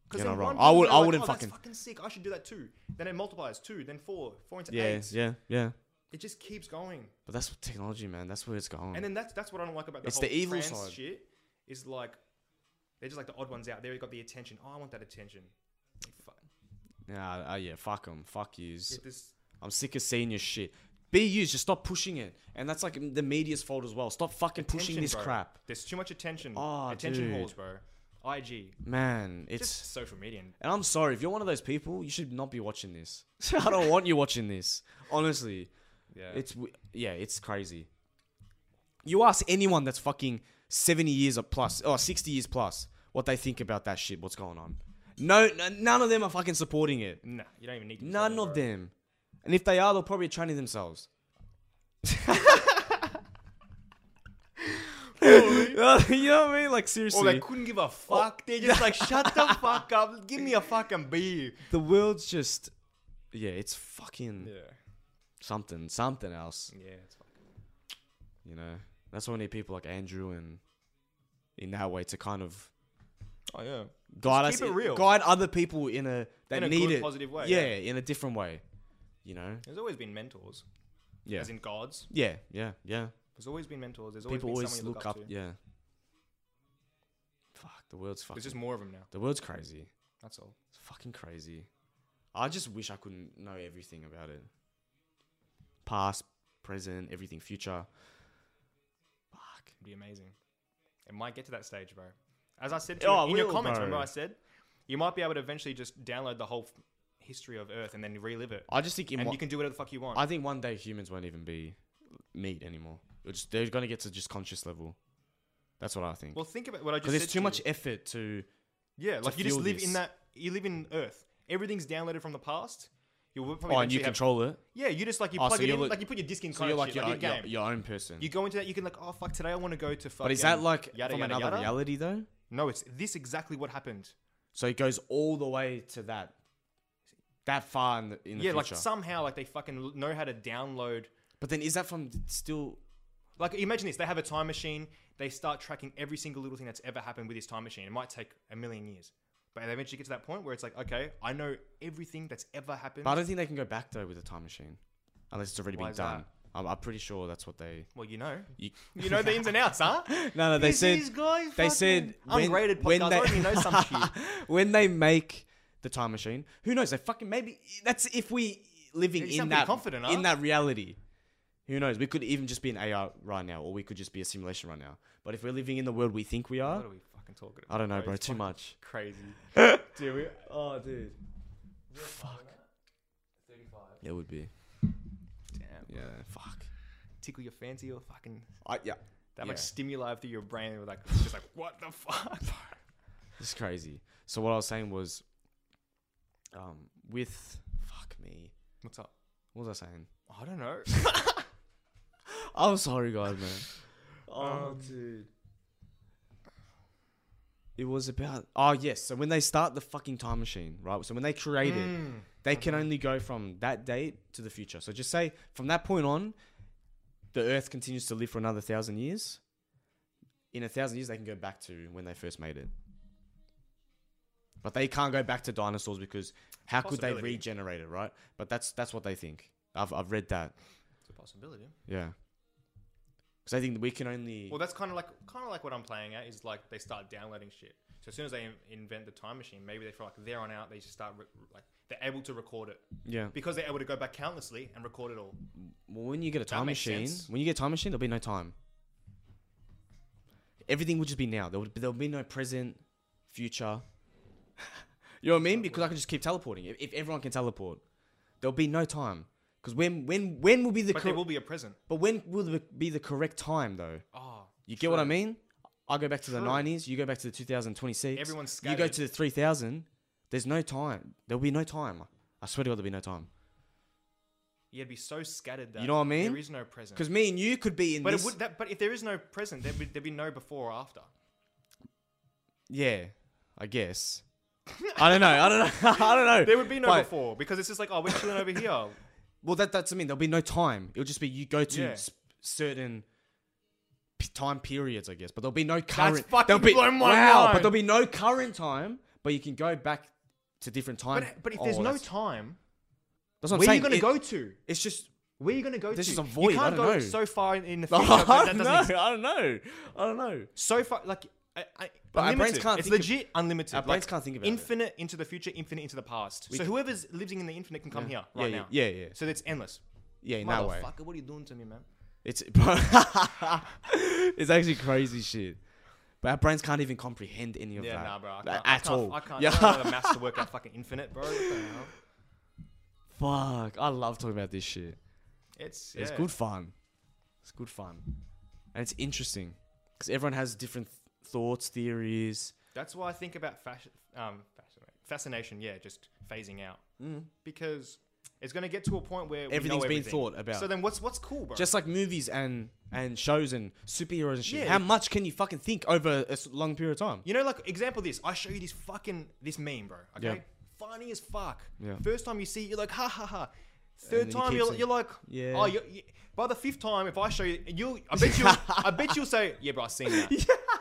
Because You're then not one wrong. I would- person will I be wouldn't like, oh, fucking- That's fucking sick. I should do that too. Then it multiplies two, then four, four into Yeah, eight. yeah, yeah. It just keeps going. But that's what technology, man. That's where it's going. And then that's that's what I don't like about the It's whole the evil trans side. shit. Is like they're just like the odd ones out there. You got the attention. Oh, I want that attention. Like, fuck. yeah, uh, yeah. Fuck them. Fuck yous. Get this. I'm sick of seeing your shit. Be used. Just stop pushing it. And that's like the media's fault as well. Stop fucking pushing Attention, this bro. crap, There's too much attention. Oh, attention dude. whores, bro. IG. man. It's Just social media. And And I'm sorry, if you're one of those people, you should not be watching this. I don't want you watching this. Honestly, yeah. it's w- yeah, it's crazy. You ask anyone that's fucking 70 years or plus or 60 years plus what they think about that shit, what's going on. No, n- none of them are fucking supporting it. nah, you don't even need to. be None telling me, of bro. them. And if they are, they'll probably training themselves. you know what I mean? Like seriously. Or they couldn't Oh. give a fuck. They're just like, shut the fuck up. Give me a fucking beer. the world's just yeah, it's fucking Yeah. something, something else. Yeah, it's fucking. You know, that's why we need people like Andrew and in that way to kind of Oh, yeah. guide Just us, keep it real. guide other people in a that In a need good, it, positive way, Yeah, yeah. in a different way. You know, There's always been mentors, yeah, as in gods. yeah, yeah, yeah. There's always been mentors. There's always People been always someone you look, up. to. yeah. Fuck the world's fucking. There's just more of them now. the world's crazy. That's all. It's fucking crazy. I just wish I couldn't know everything about it. Past, present, everything, future. Fuck. It'd be amazing. It might get to that stage, bro. As I said to Oh, you, it in your will, comments, bro. remember I said you might be able to eventually just download the whole f- history of Earth and then relive it, I just think in and one- you can do whatever the fuck you want. I think one day humans won't even be meat anymore. It'll just- they're going to get to just conscious level. That's what I think. well, think about what I just Because said. it's too to much you. effort to. Yeah, like you fuel just live this. in that. You live in Earth. Everything's downloaded from the past. You'll probably Oh, and you eventually have- control it. Yeah, you just like you Oh, plug so it you're in, like- like you put your disc in. So you're like your, uh, your, your, game. your own person. you go into that, you can like, oh fuck, today I want to go to fuck. but is that like from another reality though? No, it's this exactly what happened. So it goes all the way to that. That far in the, in the yeah, like future. somehow, like they fucking l- know how to download. but then is that from still. Like imagine this: they have a time machine. They start tracking every single little thing that's ever happened with this time machine. It might take a million years, but they eventually get to that point where it's like, okay, I know everything that's ever happened. But I don't think they can go back though with the time machine. Unless it's already Why been is that? done. I'm, I'm pretty sure that's what they. Well, you know, You, you know the ins and outs, huh? no, no, they These- said these guys they fucking said when- ungraded when podcast. they- I already know some shit. when they make the time machine, who knows? They fucking maybe that's if we living You in sound pretty that confident, in huh? that reality. Who knows? We could even just be an AR right now, or we could just be a simulation right now. But if we're living in the world we think we are, What are we fucking talking about? I don't know, It's bro. Too fucking much. Crazy. Dude, we, oh, dude. Fuck. It would be. Damn. Yeah. Fuck. Tickle your fancy or fucking I, yeah. Yeah. that much stimuli through your brain. We're like, just like, what the fuck? It's crazy. So what I was saying was, um, with fuck me. What's up? What was I saying? I don't know. I'm sorry, guys, man. Oh, Um, dude. It was about oh yes. So when they start the fucking time machine, right? So when they create it, Mm. they can only go from that date to the future. So just say from that point on, the Earth continues to live for another thousand years. In a thousand years, they can go back to when they first made it. But they can't go back to dinosaurs because how could they Possibility. regenerate it, right? But that's that's what they think. I've I've read that. It's a possibility. Yeah. Because I think we can only. Well, that's kind of like kind of like what I'm playing at is like they start downloading shit. So as soon as they in- invent the time machine, maybe they feel like there on out they just start re- like they're able to record it yeah. because they're able to go back countlessly and record it all. Well, when you get a time makes machine, sense. when you get a time machine, there'll be no time. Everything will just be now. There would there'll be no present, future. you know what I mean? Because I can just keep teleporting. If, if everyone can teleport, there'll be no time. Because when when when will be the But cor- there will be a present. but when will the- be the correct time though? Oh, You get what I True. mean? I go back to the True. nineties. You go back to the two thousand twenty six. Everyone's You go scattered. to the three thousand. There's no time. There'll be no time. I swear to God, there'll be no time. you'd be so scattered that You know what I mean? There is no present. Because me and you could be in But this. it would that. But if there is no present, there'd be, there'd be no before or after. Yeah, I guess. I don't know. I don't know. I don't know. There would be no But- before because it's just like oh we're chilling over here. Well, that that's what I mean. There'll be no time. It'll just be you go to Yeah. sp- certain p- time periods, I guess. But there'll be no current. That's fucking there'll be, blown my wow. But mind. there'll be no current time. But you can go back to different time. But but if there's Oh, no that's- time, that's what I'm where are you saying. It- gonna go to? It's just. Where are you gonna go There's to? just a void, You I can't don't go know. so far in the I future. but that don't doesn't know. exist. I don't know. I don't know. so far like I, I, But our brains unlimited. can't it's think of- legit unlimited our like, brains can't think about it. infinite into the future infinite into the past so whoever's living in the infinite can come here yeah, right yeah, now yeah, yeah. so that's endless Yeah, in that way. motherfucker what are you doing to me man It's it's actually crazy shit. But our brains can't even comprehend any of yeah that. nah bro I Like, can't, I at can't, all. I can't Yeah. I don't know the maths to work out fucking infinite bro What the hell? Fuck. I love talking about this shit. it's It's yeah. good fun. It's good fun. And it's interesting because everyone has different th- thoughts, theories. that's why I think about fashion um fascinate- fascination yeah just phasing out Mm. because it's gonna get to a point where we Everything's know been everything. thought about. so then what's what's cool bro Just like movies and, and shows and superheroes and shit. Yeah. How much can you fucking think over a s- long period of time? You know, like example this. I show you this fucking this meme, bro. Okay, Yeah. funny as fuck. Yeah. First time you see, it, you're like ha ha ha. then Third you time keep you are saying- you're like Yeah. Oh, you're, you by the fifth time, if I show you, you I bet you I bet you'll say yeah, bro, I've seen that.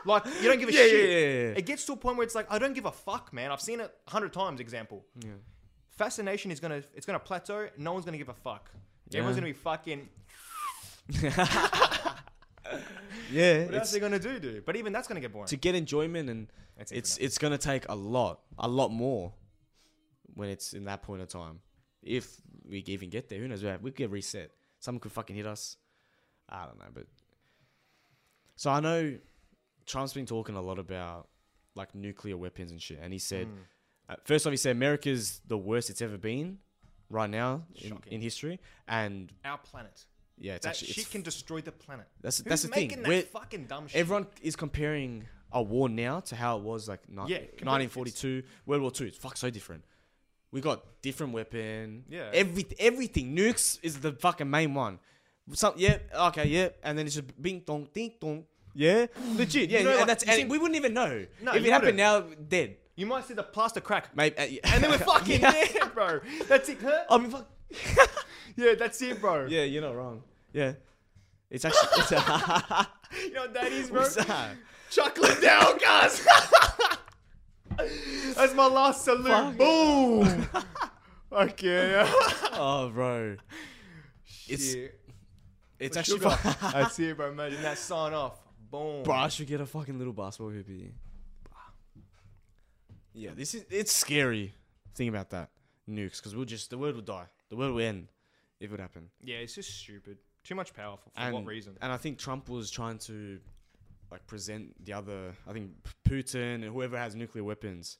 Like you don't give a Yeah, yeah, shit. yeah, yeah. It gets to a point where it's like I don't give a fuck, man. I've seen it a hundred times. Example. Yeah. Fascination is gonna it's gonna plateau. No one's gonna give a fuck. Yeah. Everyone's gonna be fucking. Yeah. What it's- else are they gonna do, dude? But even that's gonna get boring. to get enjoyment and That's it's it's gonna take a lot, a lot more when it's in that point of time. If we even get there, who knows? We have- we could get reset. Someone could fucking hit us. I don't know, but so I know Trump's been talking a lot about like nuclear weapons and shit, and he said Hmm. uh, first off he said America's the worst it's ever been right now in, Shocking. in history, and our planet. yeah, it's That actually it's shit can destroy the planet. That's- Who's that's the thing. making That We're- fucking dumb shit. Everyone is comparing a war now to how it was like ni- Yeah, compare- 1942, World War Two. It's fuck so different. We got different weapon. Yeah. Every everything nukes is the fucking main one. Some yeah okay yeah, and then it's just bing dong ding dong yeah legit yeah, You know, and like, that's you and think- we wouldn't even know No, if you it happened now dead You might see the plaster crack, maybe uh, yeah. and then we're fucking there, bro. That's it. Huh? I mean fuck Yeah, that's it, bro. yeah you're not wrong yeah it's actually it's a, You know what that is, bro? what's that? Chuckling down, guys. that's my last salute. Fuck. Boom. okay. oh bro it's Yeah. It's For actually. sugar. fu- That's it, bro. Imagine that sign off. Boom. Bro, I should get a fucking little basketball hoopy. Yeah, this is it's scary. Think about that nukes, because we'll just the world would die. The world would end if it would happen. Yeah, it's just stupid. Too much power for, for and what reason? And I think Trump was trying to like present the other. I think P- Putin and whoever has nuclear weapons,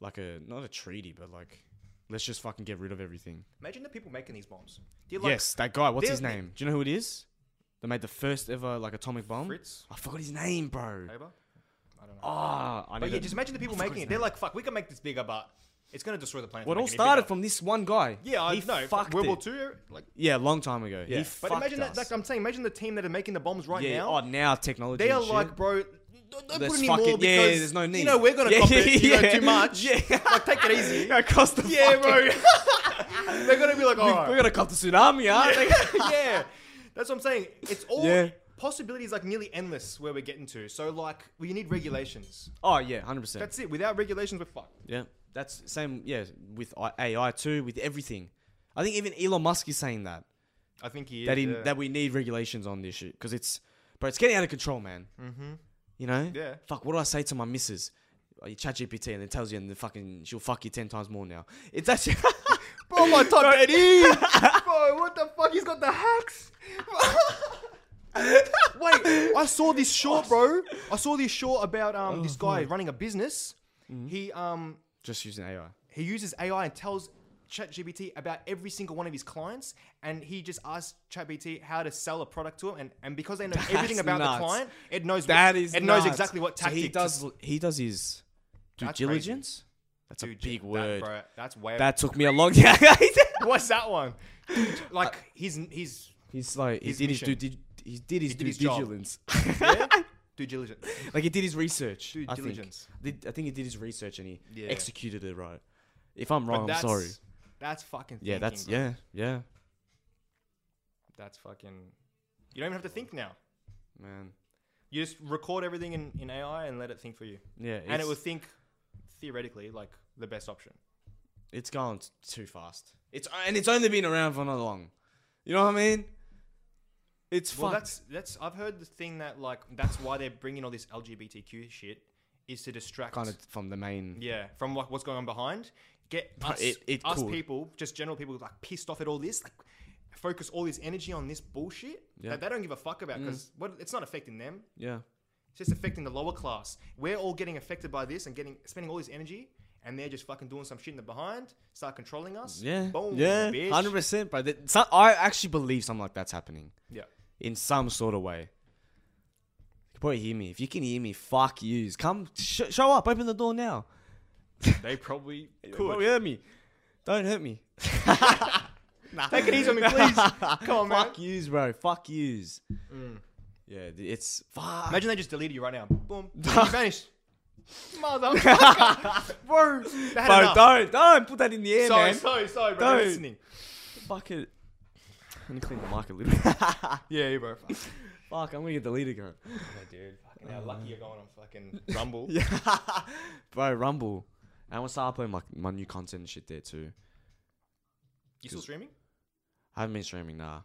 like a not a treaty, but like let's just fucking get rid of everything. Imagine the people making these bombs. They're like yes, that guy. What's they're- his name? Do you know who it is? That made the first ever like atomic bomb. Fritz I forgot his name, bro. Faber. I don't know. Ah, I but need yeah, to- just imagine the people forgot making his it. They're like, fuck, we can make this bigger, but it's gonna destroy the planet. Well, for it all making it bigger. started from this one guy. yeah, I he know. fucked World War it. Two, like Yeah, long time ago. He But fucked imagine us. that. Like I'm saying, imagine the team that are making the bombs right yeah, now. oh, now technology. they and are shit. like, bro. Don't don't Let's put any fuck more it. because Yeah, yeah, there's no need. You know we're gonna Yeah, cop it. You know yeah. too much. Yeah. like take it easy. Yeah, across the yeah, fucking- bro. They're gonna be like, all right. We're gonna cop the tsunami, aren't we? yeah, that's what I'm saying. It's all Yeah. possibilities like nearly endless where we're getting to. So like we need regulations. Oh yeah, hundred percent. That's it. Without regulations, we're fucked. Yeah, that's same. Yeah, with I- AI too, with everything. I think even Elon Musk is saying that I think he is. that in, yeah. that we need regulations on this shit because it's, but it's getting out of control, man. Mm-hmm. You know. Yeah. Fuck. What do I say to my missus? Oh, You chat GPT and it tells you, and the fucking she'll fuck you ten times more now. It's actually. Bro, Oh, my top that is. Bro, what the fuck? He's got the hacks. Wait, I saw this short, bro. I saw this short about um Oh, this guy running a business. Mm-hmm. He um Just using AI. he uses AI and tells ChatGPT about every single one of his clients, and he just asks ChatGPT how to sell a product to him, and, and because they know everything That's about nuts. the client, it knows That what, is. it knows nuts. exactly what So tactic he to does. He does his due That's crazy. diligence. That's do, a big that, word. bro. That's way. That took me a long time. what's that one? Like he's he's He's like he His did mission. his due, di- he did his did due his job. diligence. yeah? due diligence. like he did his research. Due I think. diligence. Did- I think he did his research and he Yeah. executed it right. If I'm But wrong, I'm that's- sorry. That's fucking. Yeah, thinking, that's bro. yeah, yeah, That's fucking. You don't even have to think now. man. You just record everything in, in AI and let it think for you, Yeah, and it it's- will think theoretically like the best option. it's gone t- too fast. It's and it's only been around for not long. You know what I mean? It's Well, fucked. that's that's. I've heard the thing that like that's why they're bringing all this LGBTQ shit is to distract. kind of from the main. Yeah, from like what's going on behind, get But us, it- it us could. people, just general people, like pissed off at all this. Like, focus all this energy on this bullshit Yeah. Mm. that they don't give a fuck about because what it's not affecting them. Yeah, It's just affecting the lower class. We're all getting affected by this and getting spending all this energy, and they're just fucking doing some shit in the behind, start controlling us. yeah, boom, yeah, bitch. hundred percent, bro. That- so- I actually believe something like that's happening. Yeah, in some sort of way. You can probably hear me. If you can hear me, fuck yous. Come, sh- show up. Open the door now. they probably Probably could. hurt me. Don't hurt me. Take it easy on me, please. Come on, man. Mm. fuck yous, bro. Fuck yous. Yeah, th- it's fuck. Imagine they just deleted you right now. Boom, you vanished. Motherfucker, bro. They had Bro, enough. don't, don't put that in the air, sorry, man. sorry, sorry, bro. They're Don't. Listening. Fuck it. I'm gonna clean the mic a little bit. Yeah, bro. Fuck, I'm gonna get the leader going. dude. Fucking how lucky you're going on fucking Rumble. yeah. Yeah. bro, Rumble. And I'm gonna start uploading my, my new content and shit there too. You still streaming? I haven't been streaming nah.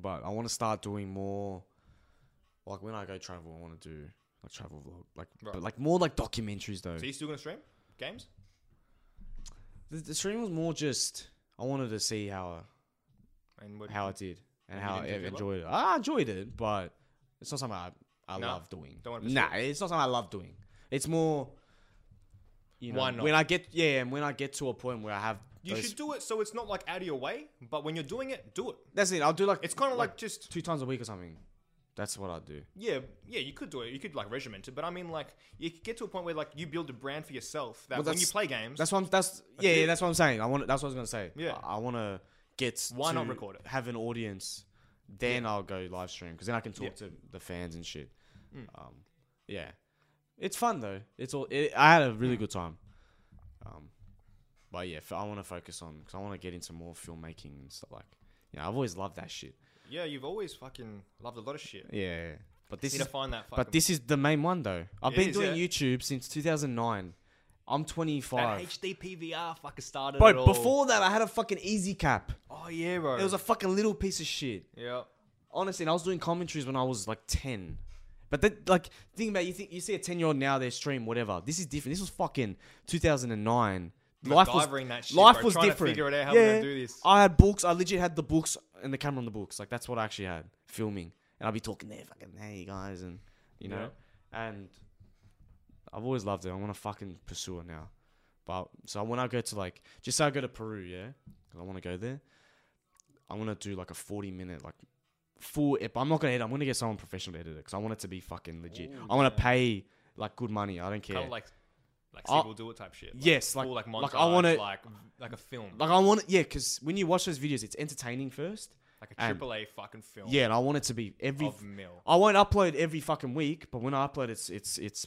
But I want to start doing more. Like when I go travel, I want to do like travel vlog, like Right. but like more like documentaries though. So you still gonna stream games? the, the stream was more just I wanted to see how And what, how it did and And you how I didn't do too well? enjoyed it. I enjoyed it, but it's not something I, I No? love doing. Don't wanna pursue nah, it's not something I love doing. It's more, you know, Why not? when I get yeah, and when I get to a point where I have you those- should do it so it's not like out of your way, but when you're doing it, do it. That's it. I'll do like It's kind of like, just two times a week or something. That's what I do. yeah, yeah. You could do it. You could like regiment it, but I mean like you could get to a point where like you build a brand for yourself that Well, when you that's- play games, That's what I'm. That's yeah, it. yeah. That's what I'm saying. I want. That's what I was gonna say. Yeah. I, I want to get. Why to not record it? Have an audience. Then I'll go live stream because then I can talk to the fans and shit. Mm. Um, yeah, it's fun though. It's all. It, I had a really good time. Um, but yeah, f- I want to focus on because I want to get into more filmmaking and stuff like. Yeah, I've always loved that shit. yeah. You've always fucking loved a lot of shit. Yeah, but this you is need to find that fucking. but this is the main one though. I've It been is, doing yeah. YouTube since 2009. I'm 25. that HD PVR fucking started. it Bro, all. before that, I had a fucking easy cap. Oh yeah, bro. It was a fucking little piece of shit. yeah. honestly, and I was doing commentaries when I was like ten. But that, like, think about it, you think you see a ten year old now they stream whatever. This is different. This was fucking two thousand and nine. Life was MacGyvering that shit, life bro, was trying to different. figure it out how we're yeah, Oh, gonna do this. I had books. I legit had the books and the camera on the books. Like that's what I actually had filming, and I'd be talking there, fucking hey guys, and you know, and I've always loved it. I want to fucking pursue it now. But so when I go to like, just say I go to Peru, yeah, because I want to go there. I want to do like a forty-minute like full. Ep- I'm not gonna edit. I'm gonna get someone professional to edit it because I want it to be fucking legit. Ooh, I want to yeah. pay like good money. I don't care. Kind of like like I- will do it type shit. yes, Oh. like full, like montage, like I want to like, like like a film, I want yeah, because when you watch those videos, it's entertaining first. like a and- triple A fucking film. Yeah, and I want it to be every. of mil. I won't upload every fucking week, but when I upload, it's it's it's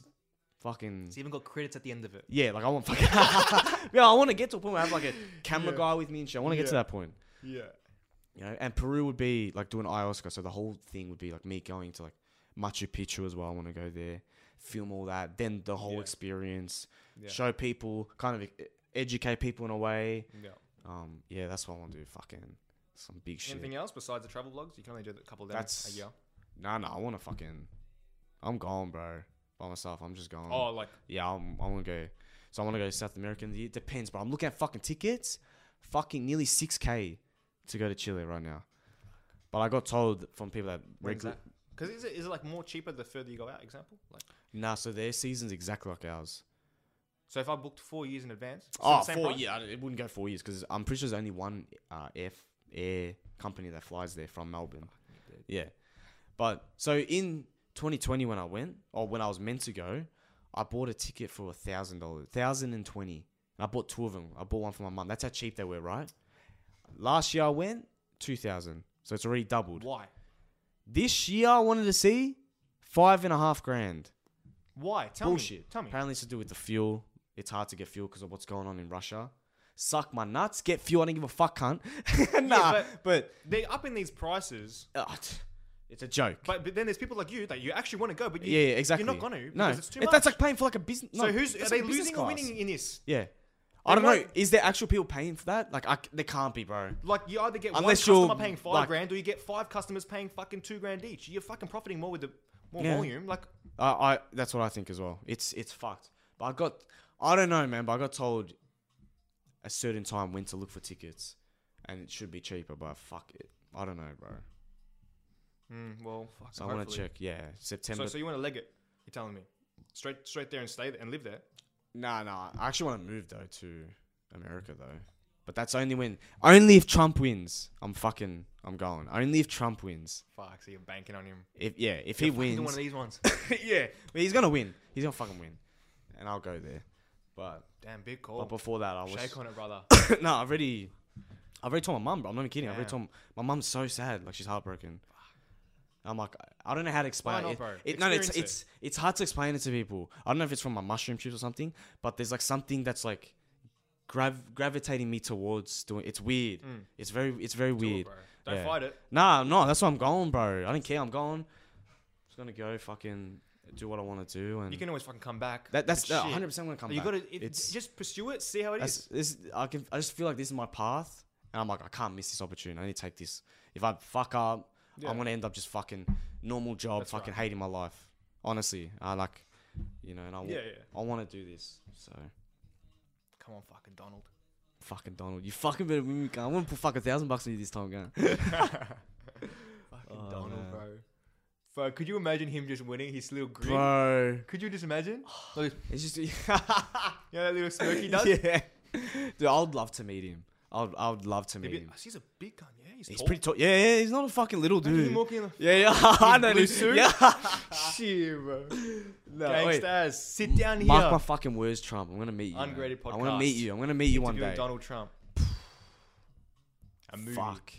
fucking It's even got credits at the end of it. Yeah, like I want fucking yeah, I want to get to a point where I have like a camera Yeah. guy with me and shit. I want to get to Yeah. that point, Yeah. you know. And Peru would be like doing ayahuasca, so the whole thing would be like me going to like Machu Picchu as well. I want to go there, film all that, then the whole Yeah. experience, Yeah. show people, kind of e- educate people in a way. Yeah. Um, yeah, that's what I want to do. Fucking some big shit. Anything else besides the travel vlogs? You can only do a couple of them That's- a year. nah, nah, I want to fucking. I'm gone, bro. By myself, I'm just gone. Oh, like Yeah, I'm, I want to go. So I want to go to South America. and It depends, but I'm looking at fucking tickets. Fucking nearly 6K to go to Chile right now. But I got told from people that when's regular. that? Because is it is it like more cheaper the further you go out? Example, like Nah, so their season's exactly like ours. so if I booked four years in advance, it's Oh, the same four price? years. It wouldn't go four years because I'm pretty sure there's only one uh, F air company that flies there from Melbourne. Yeah. But so in 2020 when I went or when I was meant to go, I bought a ticket for a thousand dollars, thousand and twenty. I bought two of them. I bought one for my mum. That's how cheap they were, right? Last year I went two thousand, so it's already doubled. Why? This year I wanted to see five and a half grand. Why? Tell Bullshit. me. Tell me. Apparently it's to do with the fuel. It's hard to get fuel because of what's going on in Russia. Suck my nuts. Get fuel. I don't give a fuck, cunt. nah, Yeah, but, They're upping these prices, ah, t- it's a joke. but but then there's people like you that you actually want to go, but you, yeah, yeah, exactly. You're not gonna No, because it's too If much. That's like paying for like a business. so no, who's are that's they like a business losing or class. winning in this? Yeah, I They don't know. won't- Is there actual people paying for that? Like, I c there can't be, bro. Like you either get Unless one you're, customer paying five like- grand, or you get five customers paying fucking two grand each. You're fucking profiting more with the more Yeah. volume. Like I, I that's what I think as well. It's it's fucked. But I got, I don't know, man. But I got told a certain time when to look for tickets, and it should be cheaper. But fuck it, I don't know, bro. mm, well, fuck, So I want to hopefully. check. Yeah, September. So, so you want to leg it? You're telling me straight straight there and stay there and live there. Nah, nah. I actually want to move though to America though. But that's only when, only if Trump wins. I'm fucking, I'm going. Only if Trump wins. Fuck, so you're banking on him. If yeah, if he You're fucking wins, one of these ones. yeah, but he's gonna win. He's gonna fucking win, and I'll go there. But Damn, big but call. before that, I was Shake on it, brother. no. I've already, I've already told my mum. Bro, I'm not even kidding. I've already Damn. told my mum's so sad. Like she's heartbroken. I'm like, I don't know how to explain not, it. bro? it no, it's Experience it. it's it's hard to explain it to people. I don't know if it's from my mushroom chips or something, but there's like something that's like grav- gravitating me towards doing. It's weird. Mm. It's very it's very Do it, weird. bro. Don't Yeah. fight it. Nah, no, that's why I'm going, bro. I don't care. I'm going. Just gonna go fucking do what I want to do, and You can always fucking come back. that, that's with that shit. 100 percent gonna come You back. gotta it, It's- just pursue it. See how it That's- is. this, I can. I just feel like this is my path, and I'm like, I can't miss this opportunity. I need to take this. If I fuck up, Yeah. I'm gonna end up just fucking normal job, That's fucking right. hating my life. Honestly, I like, you know, and I, wa- Yeah, yeah. I want to do this. So Come on, fucking Donald. fucking Donald, you fucking better win me. gun. I want to put fucking thousand bucks on you this time, gun. Fucking Oh, Donald, man. bro. Bro, could you imagine him just winning his little grin? Bro, Could you just imagine? Like, it's just you know that little smirk he does? yeah, dude. I would love to meet him. I would, I would love to He'd meet be- him. "Oh, he's a big gun, yeah. He's, He's tall." pretty tall. Yeah, yeah, he's not a fucking little Imagine him dude. walking in the Yeah, yeah, I In know. blue dude. suit? Yeah. shit, bro. No, wait. Gangsters, sit down here. Mark my fucking words, Trump. I'm gonna meet you. man. Ungraded I want to meet podcast. you. I'm gonna meet you one Interviewing day. Donald Trump. a movie. Fuck,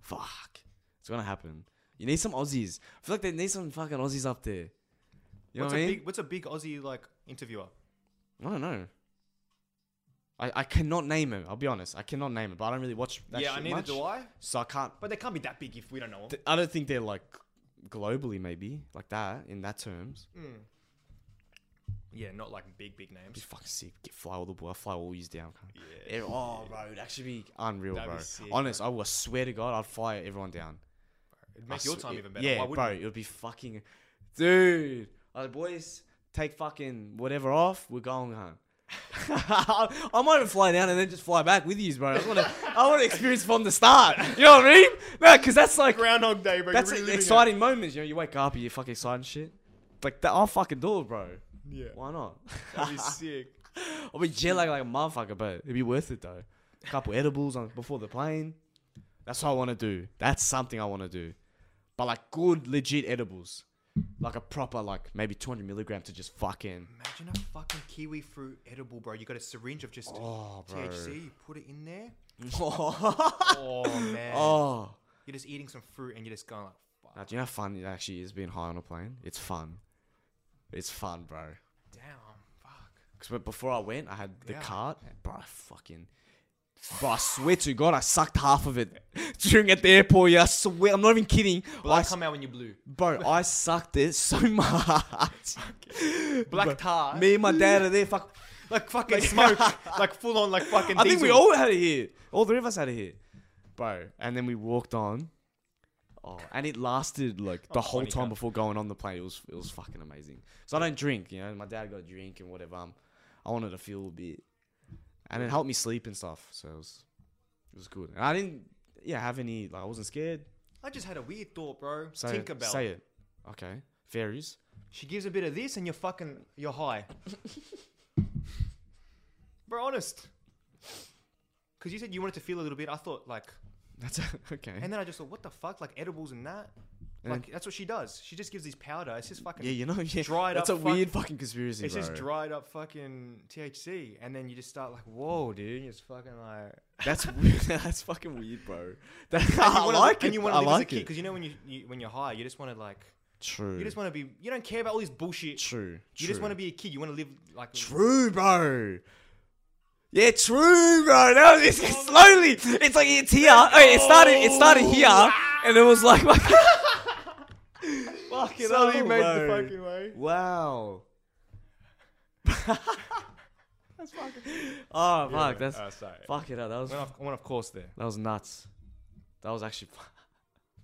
fuck. It's gonna happen. You need some Aussies. I feel like they need some fucking Aussies up there. You know what's, what I a mean? big, what's a big Aussie like interviewer? I don't know. I, I cannot name him. I'll be honest. I cannot name it, but I don't really watch that yeah, shit I neither much, do I. So I can't. But they can't be that big if we don't know. th- I don't think they're like globally, maybe like that in that terms. them. Mm. Yeah, not like big, big It'd be names. fucking sick. Get fly all the boy. Fly all these down. cunt. Yeah. Ev- Oh, bro, it'd actually be unreal, That'd be bro. sick, Honest, I will swear to God, I'd fire everyone down. It'd I make your sw- time it- even better. Yeah, Why bro, wouldn't it would be fucking, dude. Are the boys take fucking whatever off? We're going home. I might even fly down and then just fly back with you, bro. I want to, I want to experience from the start. You know what I mean? No, because that's like Groundhog Day, bro. that's exciting moments. You know, you wake up and you fucking excited and shit. Like that, I'll fucking do it, bro. Yeah, Why not? that'd be sick. I'll be jet lagged like a motherfucker, but it'd be worth it though. A couple edibles on before the plane. That's what I want to do. That's something I want to do. But like good, legit edibles, like a proper like maybe 200 milligram to just fucking. Imagine a fucking kiwi fruit edible, bro. You got a syringe of just Oh, bro. THC. You put it in there. oh, Oh man, you're just eating some fruit and you're just going like, fuck, Now, do you know how fun it actually is being high on a plane? It's fun. It's fun, bro. damn, fuck. Because before I went, I had the Yeah. cart. Bro, I fucking. Bro, I swear to God, I sucked half of it during at the airport. Yeah, I swear. I'm not even kidding. I Black s- come out when you blue. bro, I sucked it so much. Bro, Black tar. Me and my dad are there. Fuck. Like fucking smoke. like full on like fucking. I think we diesel. all had it here. All three of us had it here. Bro, and then we walked on. Oh, and it lasted like the whole Oh, funny time guy. before going on the plane. It was it was fucking amazing. So I don't drink, you know. My dad got a drink and whatever. Um, I wanted to feel a bit, and it helped me sleep and stuff. So it was it was good. And I didn't yeah have any like I wasn't scared. I just had a weird thought, bro. So Tinkerbell. say it. Okay, fairies. She gives a bit of this and you're fucking you're high. bro, honest. Cause you said you wanted to feel a little bit. I thought like, That's okay. and then I just thought, what the fuck? Like edibles and that. Eh? And Like that's what she does. She just gives these powder. It's just fucking. yeah, you know, yeah. dried That's up a fuck- weird fucking conspiracy. It's just bro. dried up fucking THC, and then you just start like, "Whoa, dude!" You're just fucking like, That's weird. that's fucking weird, bro. That, and you I wanna- like it. and you want I to like it. because you know when you, you when you're high, you just want to like, True. you just want to be, you don't care about all this bullshit. True. You just want to be a kid. You want to live like True, bro. Yeah, true, bro. Now it's it's slowly. It's like it's here. Oh, it started. It started here, and it was like, fucking So you hell, made the bro. fucking way. Wow. that's fucking. Oh fuck, that's uh, sorry. fuck it up. That was Went off, went off course there. that was nuts. That was actually,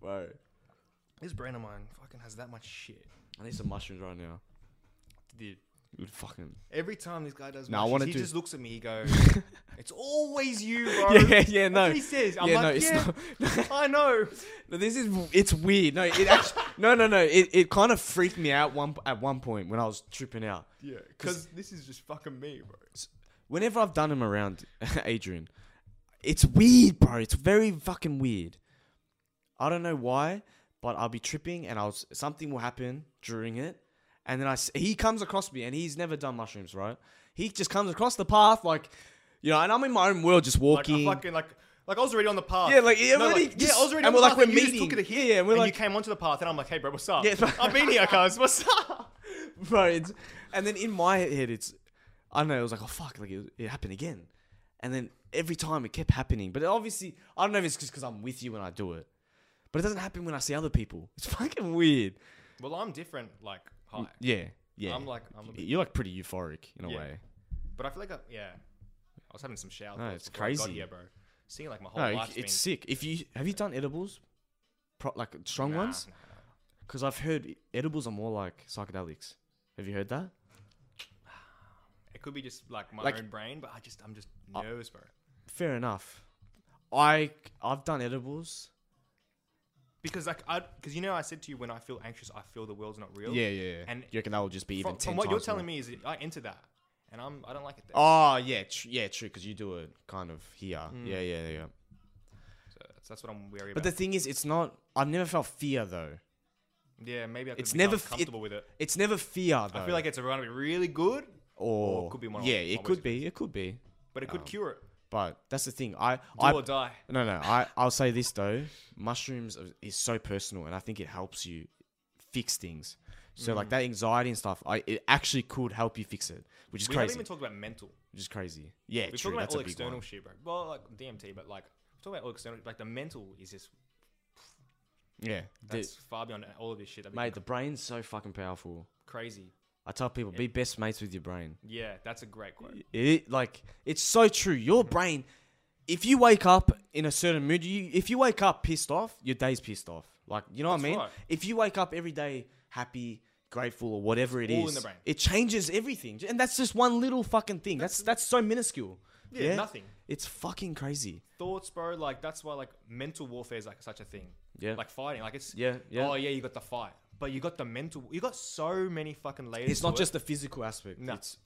bro. This brain of mine fucking has that much shit, I need some mushrooms right now. dude. Dude, fucking. Every time this guy does, No, I no, wanna he do- just looks at me. He goes, "It's always you, bro." Yeah, yeah, That's no. what he says. I'm yeah, like, no, it's yeah, not. I know. No, this is it's weird. No, it actually, no, no, no. It, it kind of freaked me out one at one point when I was tripping out. Yeah, because this is just fucking me, bro. Whenever I've done him around Adrian, it's weird, bro. It's very fucking weird. I don't know why, but I'll be tripping and I'll something will happen during it, and then I s- he comes across me and he's never done mushrooms, right? He just comes across the path like, you know, and I'm in my own world just Like, I walking. fucking like, like I was already on the path. Yeah, like, yeah, No, really like, yeah, just- I was and already. on we're the like, path, we're and you just meeting. took it a hit, Yeah, yeah, and we're and like- you came onto the path, and I'm like, hey, bro, what's up? Yeah, but- I've been here, cuz. What's up? bro. It's, and then in my head, it's I don't know. It was like, oh fuck, like it, it happened again, and then every time it kept happening. But obviously, I don't know if it's just because I'm with you when I do it, but it doesn't happen when I see other people. It's fucking weird. Well, I'm different. Like, hi. Yeah, yeah. I'm like, I'm a bit, you're like pretty euphoric in a Yeah. way. but I feel like, I, yeah, I was having some shower. No, it's thoughts before I got crazy. here, bro. Seeing like Oh, my whole No, it- life's been- it's sick. If you have you done edibles, Pro, like strong Nah, ones, nah, nah. because I've heard edibles are more like psychedelics. Have you heard that? It could be just like my Like- own brain, but I just, I'm just Uh, nervous, bro. Fair enough. I I've done edibles. Because like, I, because you know, I said to you when I feel anxious, I feel the world's not real. yeah. And And- you reckon that will just be even From, 10 from what you're times more. telling me is, that I enter that, and I'm, I don't like it. There. Oh yeah, tr- yeah, true. Because you do it kind of here. Yeah, yeah, yeah. So that's, that's what I'm worried Mm. But the about. thing is, it's not. I've never felt fear though. yeah, maybe I could it's it's never never f- it- comfortable with it. It's never fear though. I feel like it's going to be really good, or or it could be one of- Yeah, always it could good. be. It could be. but it could cure it. But that's the thing. I, Do Um, I or die. no, no. I, I'll say this though. Mushrooms are- is so personal, and I think it helps you fix things. So like that anxiety and stuff, I it actually could help you fix it, which is We haven't crazy. even talked about mental. which is crazy. Yeah, We're true. talking about That's all a big external one. shit, bro. Well, like DMT, but like we're talking about all external. Like the mental is just Yeah, that's the, far beyond all of this shit. That'd be mate. The brain's so fucking powerful. crazy. I tell people, be best mates with your brain. Yeah, that's a great quote. It like it's so true. Your brain, if you wake up in a certain mood, you if you wake up pissed off, your day's pissed off. Like, you know what I That's mean? right. If you wake up every day happy, grateful, or whatever it is, all in the brain. it changes everything. And that's just one little fucking thing. That's that's so minuscule. Yeah, nothing. It's fucking crazy. Thoughts, bro. Like that's why like mental warfare is like such a thing. Yeah. Like fighting. Like it's Yeah, yeah. Oh yeah, you got the fight, but you got the mental. You got so many fucking layers. It's to not it. just the physical aspect. No. It's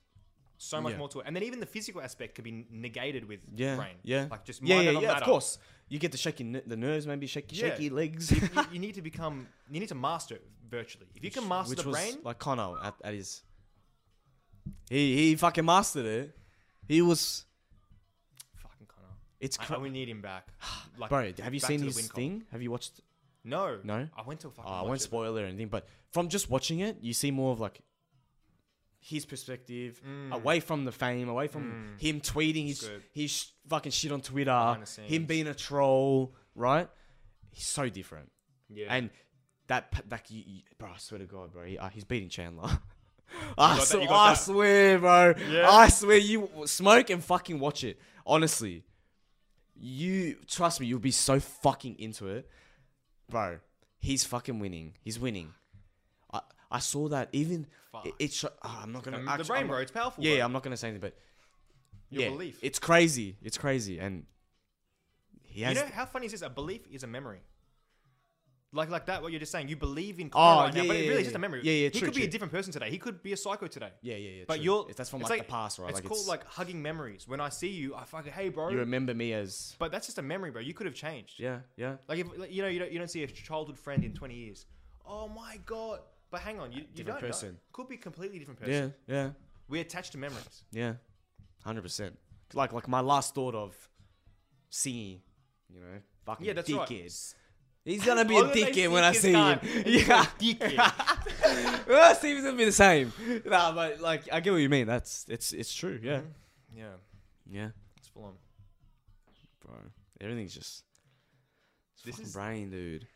so much yeah. more to it, and then even the physical aspect could be negated with yeah, brain. yeah, Like just yeah, mind yeah, over yeah. Of matter. course, you get the shaky n- the nerves, maybe shaky, Yeah. shaky legs. you, you- you need to become. You need to master it virtually. If you can master which the was brain, like Connor at, at his. He he fucking mastered it. He was. fucking Connor. It's cr- I, I, we need him back. Like, bro. Have you back seen to the his Wincom. thing? Have you watched? No, No? I went to a fucking. Oh, I watch won't it. spoil it or anything, but from just watching it, you see more of like his perspective, Mm. away from the fame, away from him tweeting his good. his sh- fucking shit on Twitter, Mm. Behind the him scenes. being a troll, right? He's so different, Yeah. and that pa- like, you, you- bro, I swear to God, bro, he, uh, he's beating Chandler. I, that- sw- you got I that. swear, bro. Yeah. I swear, you smoke and fucking watch it. Honestly, you trust me, you'll be so fucking into it, bro. He's fucking winning. He's winning. I I saw that even Fuck. it, it sho- oh, I'm not gonna Um, the actually- brain, I'm bro. not- It's powerful. Yeah, bro. yeah, I'm not gonna say anything, but Your yeah, belief. It's crazy. It's crazy, and he You has. know how funny is this? A belief is a memory. Like like that, what you're just saying. You believe in Oh, Connor right yeah, now, but yeah, it really yeah, is just yeah. a memory. Yeah, yeah, He true, could be true. a different person today. He could be a psycho today. yeah, yeah, yeah. But true. you're If that's from it's like, the past, right? It's like called it's, like hugging memories. When I see you, I fucking hey bro. you remember me as but that's just a memory, bro. You could have changed. yeah, yeah. Like if like, you know you don't you don't see a childhood friend in 20 years. Oh my god. But hang on, you, you Different don't know. person. Could be completely different person. Yeah, yeah, We attach to memories. yeah, hundred percent. Like, like my last thought of singing, you know, fucking Yeah, that's right. dickhead. He's gonna be a Oh, they dickhead when I think see him. it's time. Yeah, Dickhead. when I see him, he's gonna be the same. Nah, but like, I get what you mean. That's it's it's true. Yeah, yeah, Mm-hmm. yeah, it's full on. bro. Everything's just it's This fucking is- brain, dude.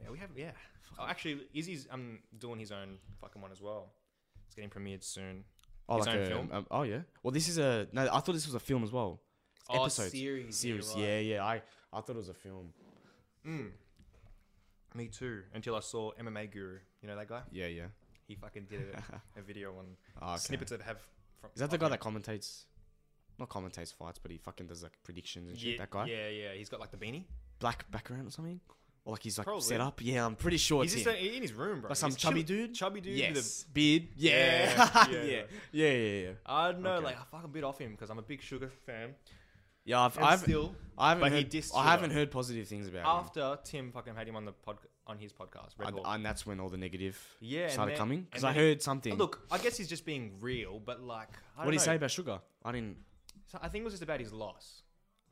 Yeah, we have. Yeah. Oh, actually, Izzy's um doing his own fucking one as well. It's getting premiered soon. Oh, His like own a, film? Um, oh yeah. Well, this is a no. I thought this was a film as well. It's Oh, episodes. series, yeah, Series. right. Yeah, yeah. I I thought it was a film. Me too. Until I saw MMA Guru. You know that guy? Yeah, yeah. He fucking did a, a video on Ah, okay. snippets that have. From, Is that the guy that commentates? Not commentates fights, but he fucking does like predictions and shit. Yeah, that guy, Yeah, yeah. He's got like the beanie. black background or something, or like he's like Probably. set up. Yeah, I'm pretty sure He's it's just him. in his room, bro. Like some He's chubby chill- dude. Chubby dude. yes, With beard. Yeah, Yeah, yeah, yeah, yeah, yeah. yeah, yeah. yeah. a, I don't know. Okay. Like I fucking bit off him because I'm a big Sugar fan. Yeah, I've, And I've, still, I haven't but he heard, dissed I Sugar. haven't heard positive things about after Tim fucking had him on the pod on his podcast, Red him, Bull. and, and that's when all the negative Yeah, and started then- coming. Because and I then he- heard something. Look, I guess he's just being real, but like, I what don't did he know. say about sugar? I didn't So I think it was just about his loss.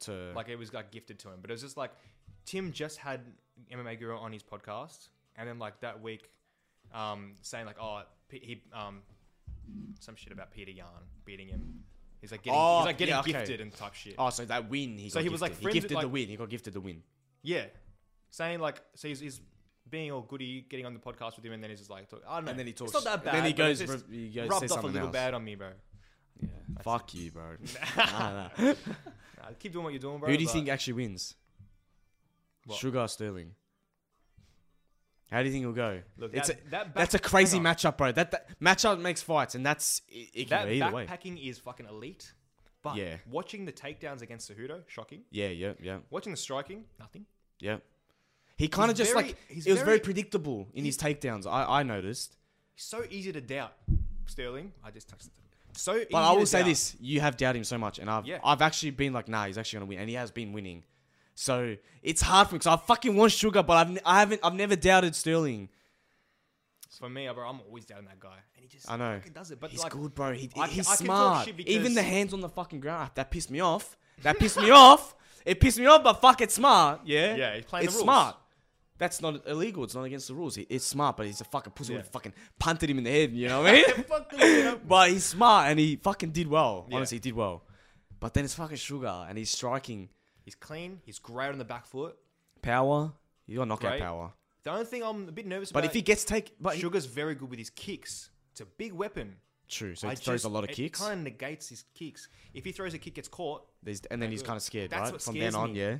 to Like it was like gifted to him, but it was just like Tim just had MMA Guru on his podcast, and then like that week, um, saying like, oh, P- he um, some shit about Peter Yarn beating him. He's like getting, Oh, he's like getting yeah, okay. gifted and type shit. Oh, so that win. He So got he gifted. was, like, he friends with, gifted the like- win. He got gifted the win. Yeah, saying like, so he's, he's being all goody, getting on the podcast with him, and then he's just like, talk, I don't know. And then he talks. It's not that bad. And then he but it's goes. just rub- he goes rubbed says off a something little else. bad on me, bro. Yeah. Fuck you, bro. Nah, nah. Nah, keep doing what you're doing, bro. Who do you but- think actually wins? What? Sugar or Sterling? How do you think it'll go? Look, it's that- a, that back- that's a crazy hang on. matchup, bro. That, that matchup makes fights, and that's it, it can That go either way. backpacking is fucking elite. But Yeah. watching the takedowns against Cejudo, shocking. Yeah, yeah, yeah, Watching the striking, nothing. yeah. He kind of just very- like he's it was very very- predictable in his takedowns. I, I noticed, So easy to doubt. Sterling, I just touched it. So easy but I will to say doubt. this: you have doubted him so much, and I've Yeah. I've actually been like, nah, he's actually gonna win, and he has been winning. So it's hard for me because I fucking want Sugar, but I've n- I haven't I've never doubted Sterling. For me, bro, I'm always doubting that guy. And he just I know. fucking does it. But he's like, good, bro. He, I c- he's I can talk smart. shit Even because- the hands on the fucking ground ah, that pissed me off. That pissed me off. It pissed me off, but fuck, it's smart. Yeah. Yeah, he's playing the it's rules. smart. That's not illegal. It's not against the rules. He, it's smart, but he's a fucking pussy. Yeah. who fucking punted him in the head. You know what I mean? Fuck the lead up. but he's smart and he fucking did well. Yeah. Honestly, he did well. But then it's fucking sugar and he's striking He's clean. He's great on the back foot. power. You got knockout Great. power. The only thing I'm a bit nervous But about. if he gets take, but he- Sugar's very good with his kicks. It's a big weapon. true. So he throws a lot of kicks. It kind of negates his kicks. If he throws a kick, gets caught. There's- and then he's good. kind of scared, That's right? what From scares then on, me. yeah.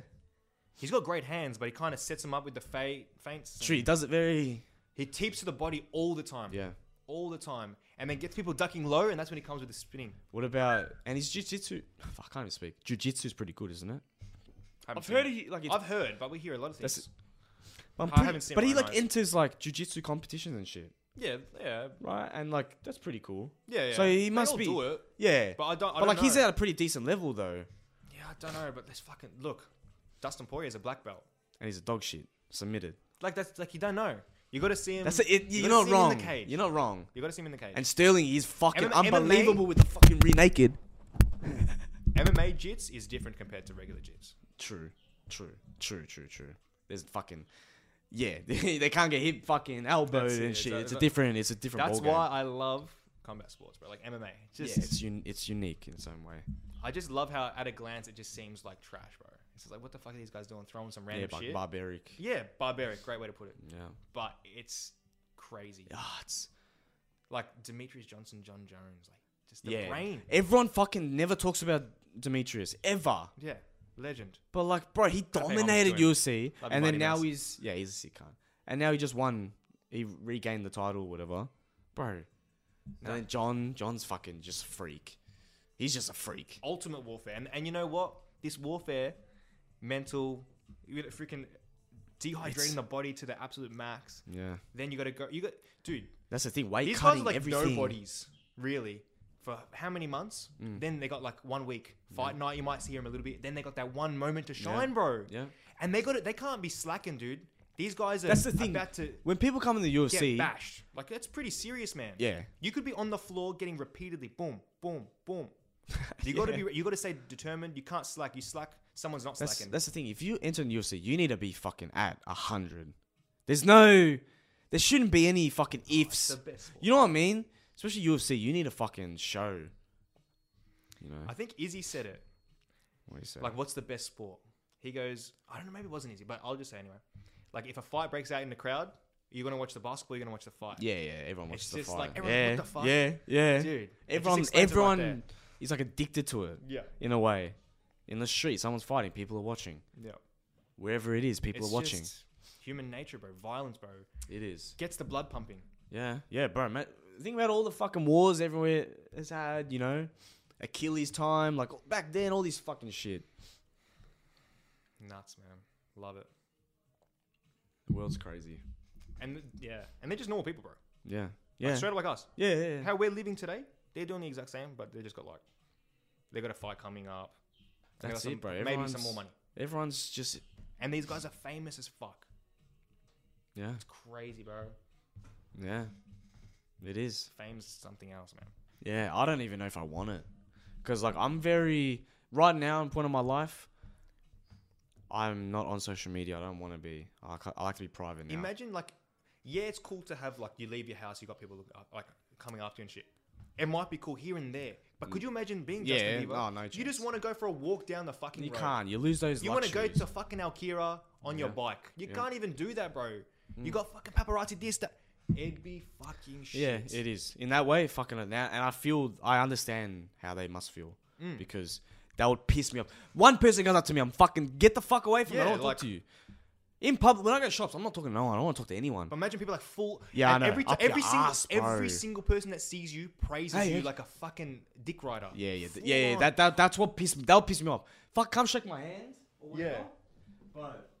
He's got great hands, but he kind of sets them up with the fa- feints. True, he does it very. He teeps to the body all the time. Yeah. All the time. And then gets people ducking low, and that's when he comes with the spinning. What about and his jiu-jitsu? I can't even speak. Jiu-jitsu's pretty good, isn't it? Haven't I've seen heard it. he like. It's, I've heard, but we hear a lot of That's things. I'm I pretty- haven't seen but it he with my like eyes. enters like jiu-jitsu competitions and shit, Yeah, yeah, right? And like that's pretty cool. yeah, yeah. So he They must all be- do it, Yeah, but I don't. I but don't like know. he's at a pretty decent level though, Yeah, I don't know, but let's fucking look. Dustin Poirier's a black belt. and he's a dog shit submitted. Like that's like you don't know. You got to see him. That's it. it- you're gotta not see him in wrong. the cage. You're not wrong. You got to see him in the cage. And Sterling is fucking MMA unbelievable with the fucking re naked. MMA jits is different compared to regular jits. True, true, true, true, true. There's fucking yeah. they can't get hit fucking elbowed it, and it's shit. a- It's, it's a a- different. It's a different. That's ballgame. why I love combat sports, bro. Like MMA, just yeah, it's un- it's unique in its own way. I just love how at a glance it just seems like trash, bro. It's just like what the fuck are these guys doing? Throwing some Yeah, random bar- shit. barbaric. yeah, barbaric. Great way to put it. Yeah. But it's crazy. Ah, it's- Like Demetrius Johnson, John Jones, like just the yeah. brain. Everyone fucking never talks about Demetrius ever. Yeah, legend. But like, bro, he I'm dominated doing- UFC, I've been and then writing now notes. he's yeah, he's a sick cunt. And now he just won. He regained the title, or whatever, bro. No. And then John, John's fucking just a freak. He's just a freak. ultimate warfare. And, and you know what? This warfare, mental, you gotta freaking It's- dehydrating the body to the absolute max. Yeah, Then you got to go. You got, dude. that's the thing. Weight These guys cutting are like everything. nobodies, really. For how many months? Mm. Then they got like one week fight night. You might see him a little bit. Then they got that one moment to shine, bro. Yeah. And they got it. They can't be slacking, dude. These guys are That's the thing. about to When people come in the get UFC, bashed. Like that's pretty serious, man. yeah, You could be on the floor getting repeatedly boom, boom, boom. You got to Yeah. be. You got to stay determined. You can't slack. You slack, someone's not That's slacking. that's the thing. If you enter the UFC, you need to be fucking at a hundred. There's no, there shouldn't be any fucking It's ifs. Oh, the best. sport. You know what I mean? Especially UFC, you need a fucking show. You know I think Izzy said it. what you say? Like, what's the best sport? He goes, I don't know. Maybe it wasn't Izzy, but I'll just say anyway. Like, if a fight breaks out in the crowd, you're gonna watch the basketball. You're gonna watch the fight. yeah, yeah. Everyone watches It's the just fight. like, everyone, yeah, what the fuck? yeah, yeah. Dude, it just everyone, explains it right everyone there. is like addicted to it Yeah. in a way. In the street, someone's fighting. People are watching. Yeah. Wherever it is, people It's are watching. just Human nature, bro. Violence, bro. It is. Gets the blood pumping. Yeah, yeah, bro. Man, think about all the fucking wars everywhere has had. You know, Achilles' time, like back then, all this fucking shit. Nuts, man. Love it. The world's crazy. And th- yeah, and they're just normal people, bro. Yeah, Like, yeah, straight up like us. yeah, yeah. yeah. how we're living today, they're doing the exact same, but they just got like they got a fight coming up. and they That's got it, bro. Maybe some Everyone's- more money. Everyone's just And these guys are famous as fuck. yeah, It's crazy, bro. yeah. It is. Fame's something else, man. Yeah, I don't even know if I want it. Cause like I'm very right now in point of my life. I'm not on social media. I don't want to be. I, ca- I like to be private now. Imagine like, yeah, it's cool to have like you leave your house, you got people look up, like coming after you and shit. It might be cool here and there, but could you imagine being Yeah, Justin Bieber? oh, no you chance. just want to go for a walk down the fucking you road. can't. You lose those. You want to go to fucking Alkira on your Yeah. bike. You Yeah. Mm. can't even do that, bro. You got fucking paparazzi this that. It'd be fucking shit. Yeah, it is. In that way, fucking it now. And I feel, I understand how they must feel Mm. because that would piss me off. One person goes up to me, I'm fucking, get the fuck away from me. I Yeah, don't want to like- talk to you. In public, when I go to shops, I'm not talking to no one. I don't want to talk to anyone. But imagine people like full. Yeah, I and know. Every, ti- Up your every single ass, bro. every single person that sees you praises Hey, you hey. like a fucking dick rider. Yeah, yeah, Full th- yeah, yeah. on. That, that, that's what pissed me, that'll piss me off. Fuck, come shake my hands. Or whatever, Yeah. But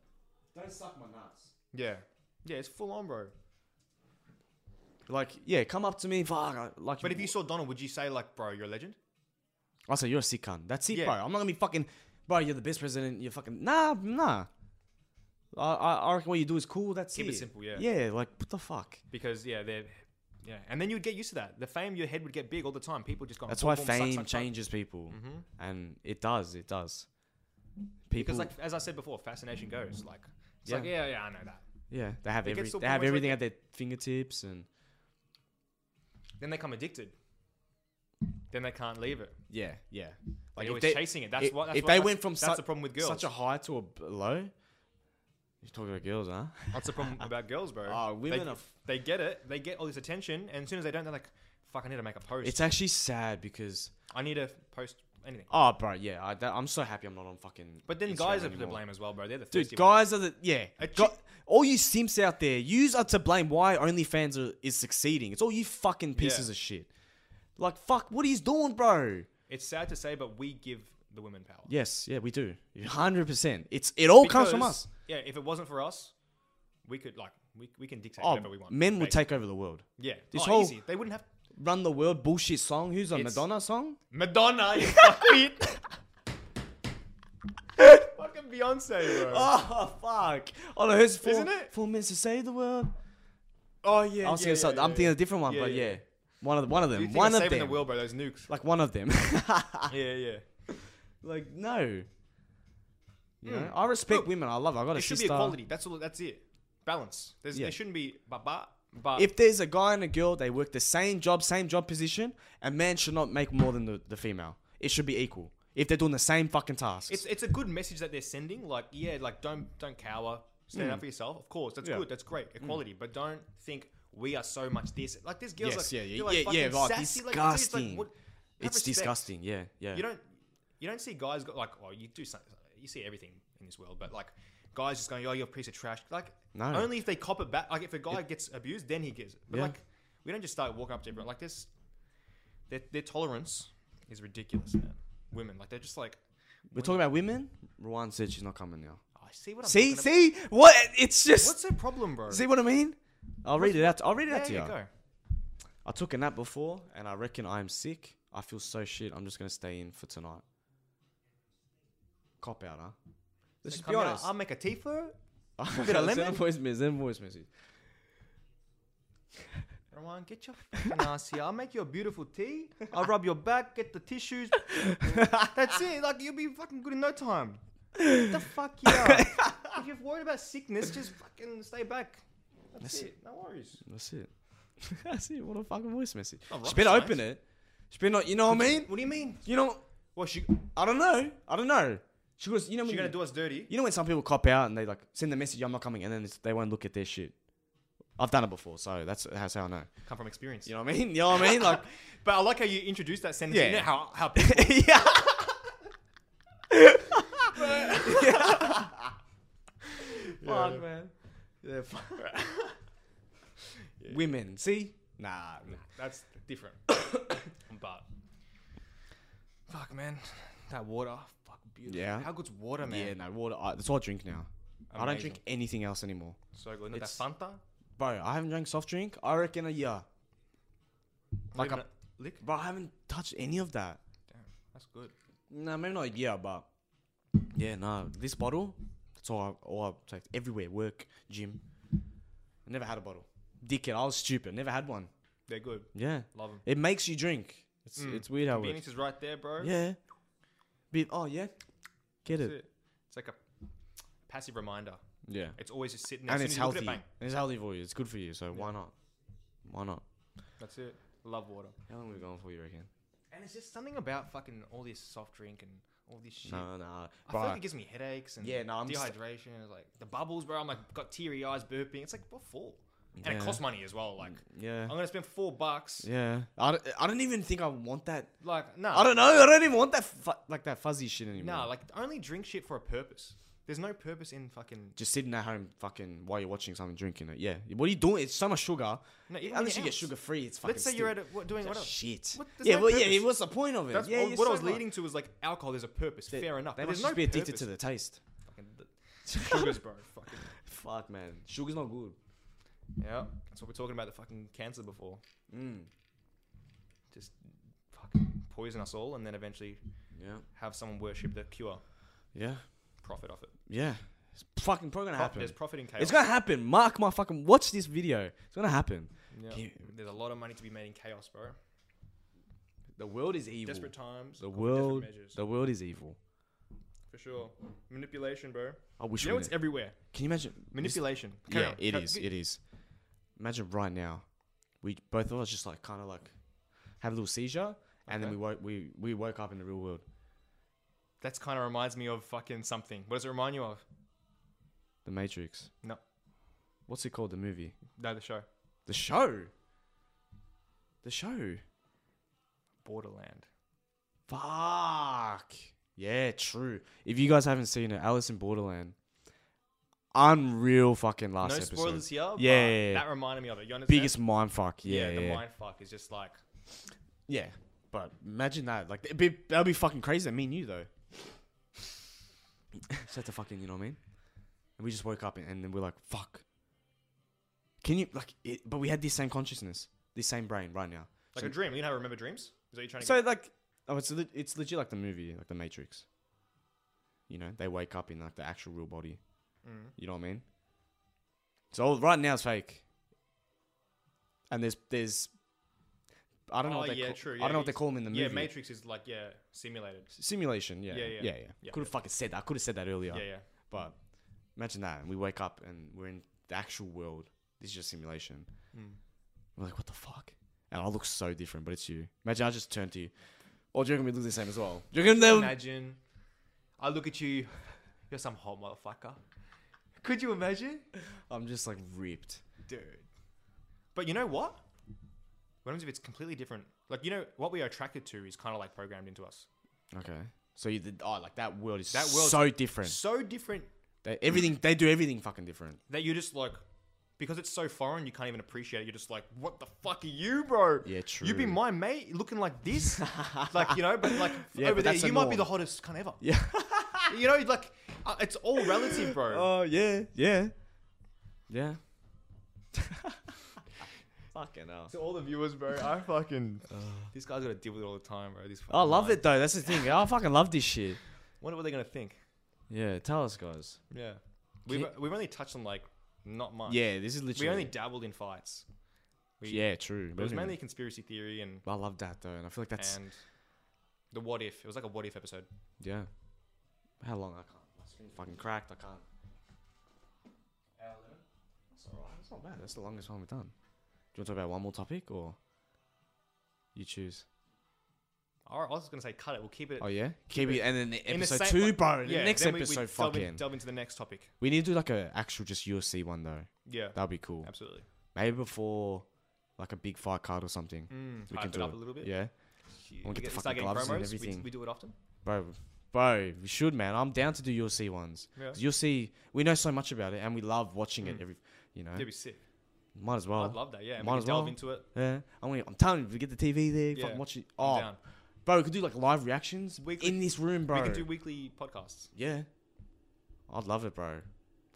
don't suck my nuts. Yeah, yeah, it's full on, bro. Like, yeah, come up to me. Fuck, I- like. But if you saw Donald, would you say like, bro, you're a legend? I say you're a sick cunt. That's it, Yeah. bro. I'm not gonna be fucking, bro. You're the best president. You're fucking nah, nah. I, I I reckon what you do is cool. That's Keep it it. simple, yeah. Yeah, like what the fuck? Because yeah, they're yeah, and then you'd get used to that. The fame, your head would get big all the time. People just go. That's boom, why boom, suck, fame suck, suck. changes people, and it does. It does. People, Because like as I said before, fascination goes. Like it's Yeah. like yeah, yeah, I know that. yeah, they have it every, gets to a they point have where it's everything at their fingertips, and Then they become addicted. Then they can't leave it. yeah, yeah. Like if you're always they- chasing it. That's if- what. That's if what, they that's- went from that's such- the problem with girls. such a high to a b- low. You're talking about girls, huh? That's the problem about girls, bro. Oh, women they, are f- they get it. They get all this attention, and as soon as they don't, they're like, "Fuck, I need to make a post. It's actually sad because I need to post anything. Oh, bro, yeah. I, that, I'm so happy I'm not on fucking. But then Instagram guys are to anymore. blame as well, bro. They're the Dude, thirsty ones. guys are the yeah. A Go- chick- all you simps out there, yous are to blame why OnlyFans are, is succeeding. It's all you fucking pieces Yeah. of shit. Like fuck, what he's doing, bro. It's sad to say, but we give the women power. Yes, yeah, we do. Hundred percent. It's it all comes from Because, us. Yeah, if it wasn't for us, we could like we, we can dictate Oh, whatever we want. men would basically. take over the world. yeah this this whole- whole easy. They wouldn't have Run the world bullshit song. Who's a It's- Madonna song? Madonna. You fuckwit. Fucking Beyonce, bro. Oh, Oh fuck! Oh, no, who's four, Isn't it? Four minutes to save the world. Oh, yeah. I was yeah, thinking yeah, something. I'm yeah, thinking yeah. a different one, Yeah, but yeah. yeah. one of the, one of You them, think one of of saving them, Ah. the world, bro? Those nukes. like one of them. yeah, yeah. like no. You know, Mm. I respect Look, women. I love. Her. I got a It should be sister. equality. That's all. That's it. Balance. There's, Yeah. There shouldn't be ba ba ba. If there's a guy and a girl, they work the same job, same job position, a man should not make more than the, the female. It should be equal. If they're doing the same fucking tasks. it's it's a good message that they're sending. Like yeah, like don't don't cower. Stand up for yourself. Of course, that's Mm. Yeah. Mm. good. That's great equality. But don't think we are so much this. Like this girl's Yes, like yeah, yeah, you're, like, yeah, yeah, right, fucking sassy, like, dude, it's like, disgusting. what- have It's respect. disgusting. Yeah, yeah. You don't you don't see guys go, like oh you do some, you see everything in this world, but like guys just going oh you're a piece of trash. Like No. only if they cop it back. Like if a guy gets abused, then he gives. It. But Yeah. like we don't just start walking up to everyone like this. Their, their tolerance is ridiculous, man. Women like they're just like We're talking about women. Ruan said she's not coming now. "Oh, I see what I'm See, talking about. see what? It's just. What's the problem, bro? see what I mean? I'll read it out. I'll read it yeah, out to you. yeah, go. I took a nap before, and I reckon I'm sick. I feel so shit. I'm just gonna stay in for tonight. Cop out, huh? Let's So just be come out, honest. I'll make a tea for it. Send bit a of lemon? voice message. Send a voice message. Rowan, get your fucking ass here. I'll make you a beautiful tea. I'll rub your back, get the tissues. That's it. Like, you'll be fucking good in no time. Get the fuck yeah. if you're worried about sickness, just fucking stay back. That's, That's- it. No worries. That's it. That's it. What a fucking voice message. Not she rocket better science. open it. She better not. You know what I mean? What do you mean? You know. Well, she, I don't know. I don't know. She goes. You know. she When gonna you, do us dirty? you know when some people cop out and they like send the message, "I'm not coming," and then it's, they won't look at their shit. I've done it before, so that's that's how I know. Come from experience. You know what I mean? You know what I mean? Like, But I like how you introduced that sentence. Yeah. You know how, how yeah. Yeah. Fuck, man. Yeah, fuck. Women, see? Nah, nah. That's different. but fuck, man, that water, fuck, beautiful. Yeah. How good's water, man? Yeah, no water. I, that's all I drink now. I don't Amazing. drink anything else anymore, So good. Not that It's- Fanta. bro. I haven't drank soft drink. I reckon a year, Like Like a- a lick. bro. I haven't touched any of that. Damn, that's good. No, maybe not a year, but yeah, no. This bottle, that's all I, all I take everywhere. Work, gym. I never had a bottle. Dickhead, I was stupid. Never had one. They're good. Yeah, Love them. it makes you drink. It's it's weird how it works. Convenience is right there, bro. Yeah. Be, oh yeah, get it. That's it. It's like a passive reminder. Yeah, It's always just sitting there. and As it's soon as you look healthy. at it, And it's healthy for you. It's good for you. So why not? Why not? bang. That's it. Love water. How long are we going for? You reckon? And it's just something about fucking all this soft drink and all this shit. No, no. I Bro, feel like it gives me headaches and Yeah, no, I'm just- dehydration. and like the bubbles, bro. I'm like got teary eyes, burping. It's like before, and it Yeah. costs money as well. Like yeah, I'm gonna spend four bucks. yeah. I don't, I don't even think I want that. Like no, I don't know. I don't even want that fu- like that fuzzy shit anymore. Nah, like only drink shit for a purpose. There's no purpose in fucking. just sitting at home, fucking while you're watching something, drinking it. Yeah. What are you doing? It's so much sugar. No, even Unless anything you get else. sugar free, it's fucking. Let's say you're at stupid. a, what, doing It's what like, else? Shit. What- there's yeah. no well, yeah. purpose. What's the point of it? That's yeah. what, you're what I so was right. leading to was like alcohol. There's a purpose. They- fair enough. They but must there's just no be addicted purpose. to the taste. Fucking the sugars, bro. Fucking. Fuck, man. Sugar's not good. Yeah, that's what we're talking about. The fucking cancer before Mm. just fucking poison us all, and then eventually Yeah. have someone worship the cure, Yeah. profit off it. Yeah. It's fucking probably gonna Pro- happen. There's profit in chaos. It's gonna happen. Mark my fucking. Watch this video. It's gonna happen. Yeah. Can- There's a lot of money to be made in chaos, bro. The world is evil. Desperate times. The call for desperate world. measures, The world is evil. for sure. Manipulation, bro. I wish. You we know kn- it's everywhere. e-, Can you imagine? this- Manipulation. Yeah, it is. It is. Imagine right now, we both of us just like kind of like have a little seizure, and then Okay. we woke we we woke up in the real world. That's kind of reminds me of fucking something. What does it remind you of? The Matrix. No. What's it called? The movie. No, the show. The show. The show. Borderland. Fuck. Yeah, true. If you guys haven't seen it, Alice in Borderland, unreal fucking last no episode. spoilers here. but Yeah, yeah, yeah. that reminded me of it. You understand? Biggest mind fuck. Yeah, yeah, the yeah. mind fuck is just like Yeah, but imagine that. Like, it'd be, that'd be fucking crazy. Me and you though. Set the fucking, you know what I mean? And we just woke up and, and then we're like, fuck. Can you like? It, but we had this same consciousness, this same brain right now. like So- a dream. You know how to remember dreams? Is that you're trying to So get? like, oh, it's le- it's legit like the movie, like the Matrix. You know, they wake up in like the actual real body. Mm. You know what I mean? So right now it's fake. And there's there's, I don't know Oh, what they yeah, call, true, I yeah, don't know what they it's- call them in the movie. Yeah, Matrix is like yeah, simulated. Simulation, yeah, Yeah, yeah, yeah. yeah, yeah. Yeah. Could have fucking said that. I could have said that earlier. Yeah, yeah. But imagine that, and we wake up and we're in the actual world. This is just simulation. Mm. We're like, what the fuck? And I look so different, but it's you. Imagine I just turn to you. Or do you reckon we look the same as well? Do you reckon they would- Imagine, I look at you. You're some hot motherfucker. Could you imagine, I'm just like ripped. dude? But you know what? What happens if it's completely different? Like you know what we are attracted to is kind of like programmed into us. Okay. So you did, oh, like that world is That that world's- world so different. So different They, everything they do everything fucking different. that you're just like, because it's so foreign, you can't even appreciate it. You're just like, what the fuck are you, bro? Yeah, You be true. my mate, looking like this, like you know, but like Yeah, over but there, that's the you might be norm. the hottest cunt ever. Yeah. you know, like uh, it's all relative, bro. Oh yeah, yeah, yeah. fucking hell. To all the viewers, bro, I fucking. These guys gotta deal with it all the time, bro. These Oh. I love it though. That's the thing. I fucking love this shit. Wonder what they're gonna think. Yeah, tell us, guys. Yeah, we've Can- we've only touched on like not much. Yeah, this is we literally. only dabbled in fights. we- yeah, true. But it was Wasn't mainly conspiracy theory and I love that though, and I feel like that's and the what if. It was like a what if episode. yeah. How long? I can't. My screen fucking cracked. I can't. It's alright. It's not bad. That's the longest one we've done. Do you want to talk about one more topic or? You choose. All right, I was just gonna say cut it. We'll keep it. Oh yeah, keep it, and then the in the episode same- two, bro. The yeah, next then we- we episode, delve, in- fucking. delve into the next topic. We need to do like a actual just UFC one though. Yeah, That'd be cool. absolutely. Maybe before like a big fight card or something. Mm, We hype can it do up it. a little bit. Yeah, Shit, We'll get the we fucking gloves and We- everything. We, do it often. bro, bro, we should, man. I'm down to do UFC ones. Yeah, 'Cause UFC, we know so much about it, and we love watching it. Mm. Every, you know, that'd be sick. might as I'd well. love that. Yeah, and might we as can delve well. into it. Yeah, I'm, gonna, I'm telling you, if we get the TV there, Yeah. fucking watch it. I'm Oh, down. bro, we could do like live reactions Weekly- in this room, bro. We can do weekly podcasts. yeah, I'd love it, bro.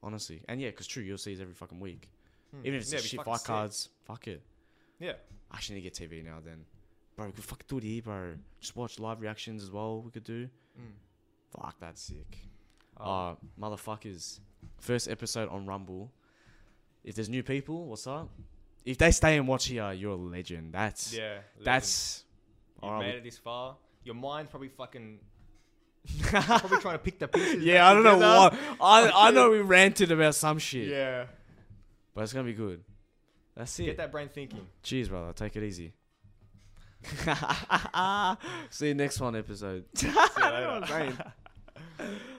Honestly, and yeah, 'cause true, UFC is every fucking week. Hmm. Even if it's Yeah, just it'd be shit fucking fight sick. cards, fuck it. Yeah. I actually need to get TV now then. Bro, we could fucking do it here, bro. Just watch live reactions as well, we could do. Mm. Fuck, that's sick. Oh, Uh, motherfuckers. First episode on Rumble. If there's new people, what's up? If they stay and watch here, you're a legend. That's yeah. that's legend. you Alright, made we- it this far. Your mind's probably fucking probably trying to pick the pieces. Yeah, back I don't know together. what I I know we ranted about some shit. Yeah. But it's gonna be good. That's it. Get that brain thinking. Cheers, brother. Take it easy. See you next one episode. See you later. Brain.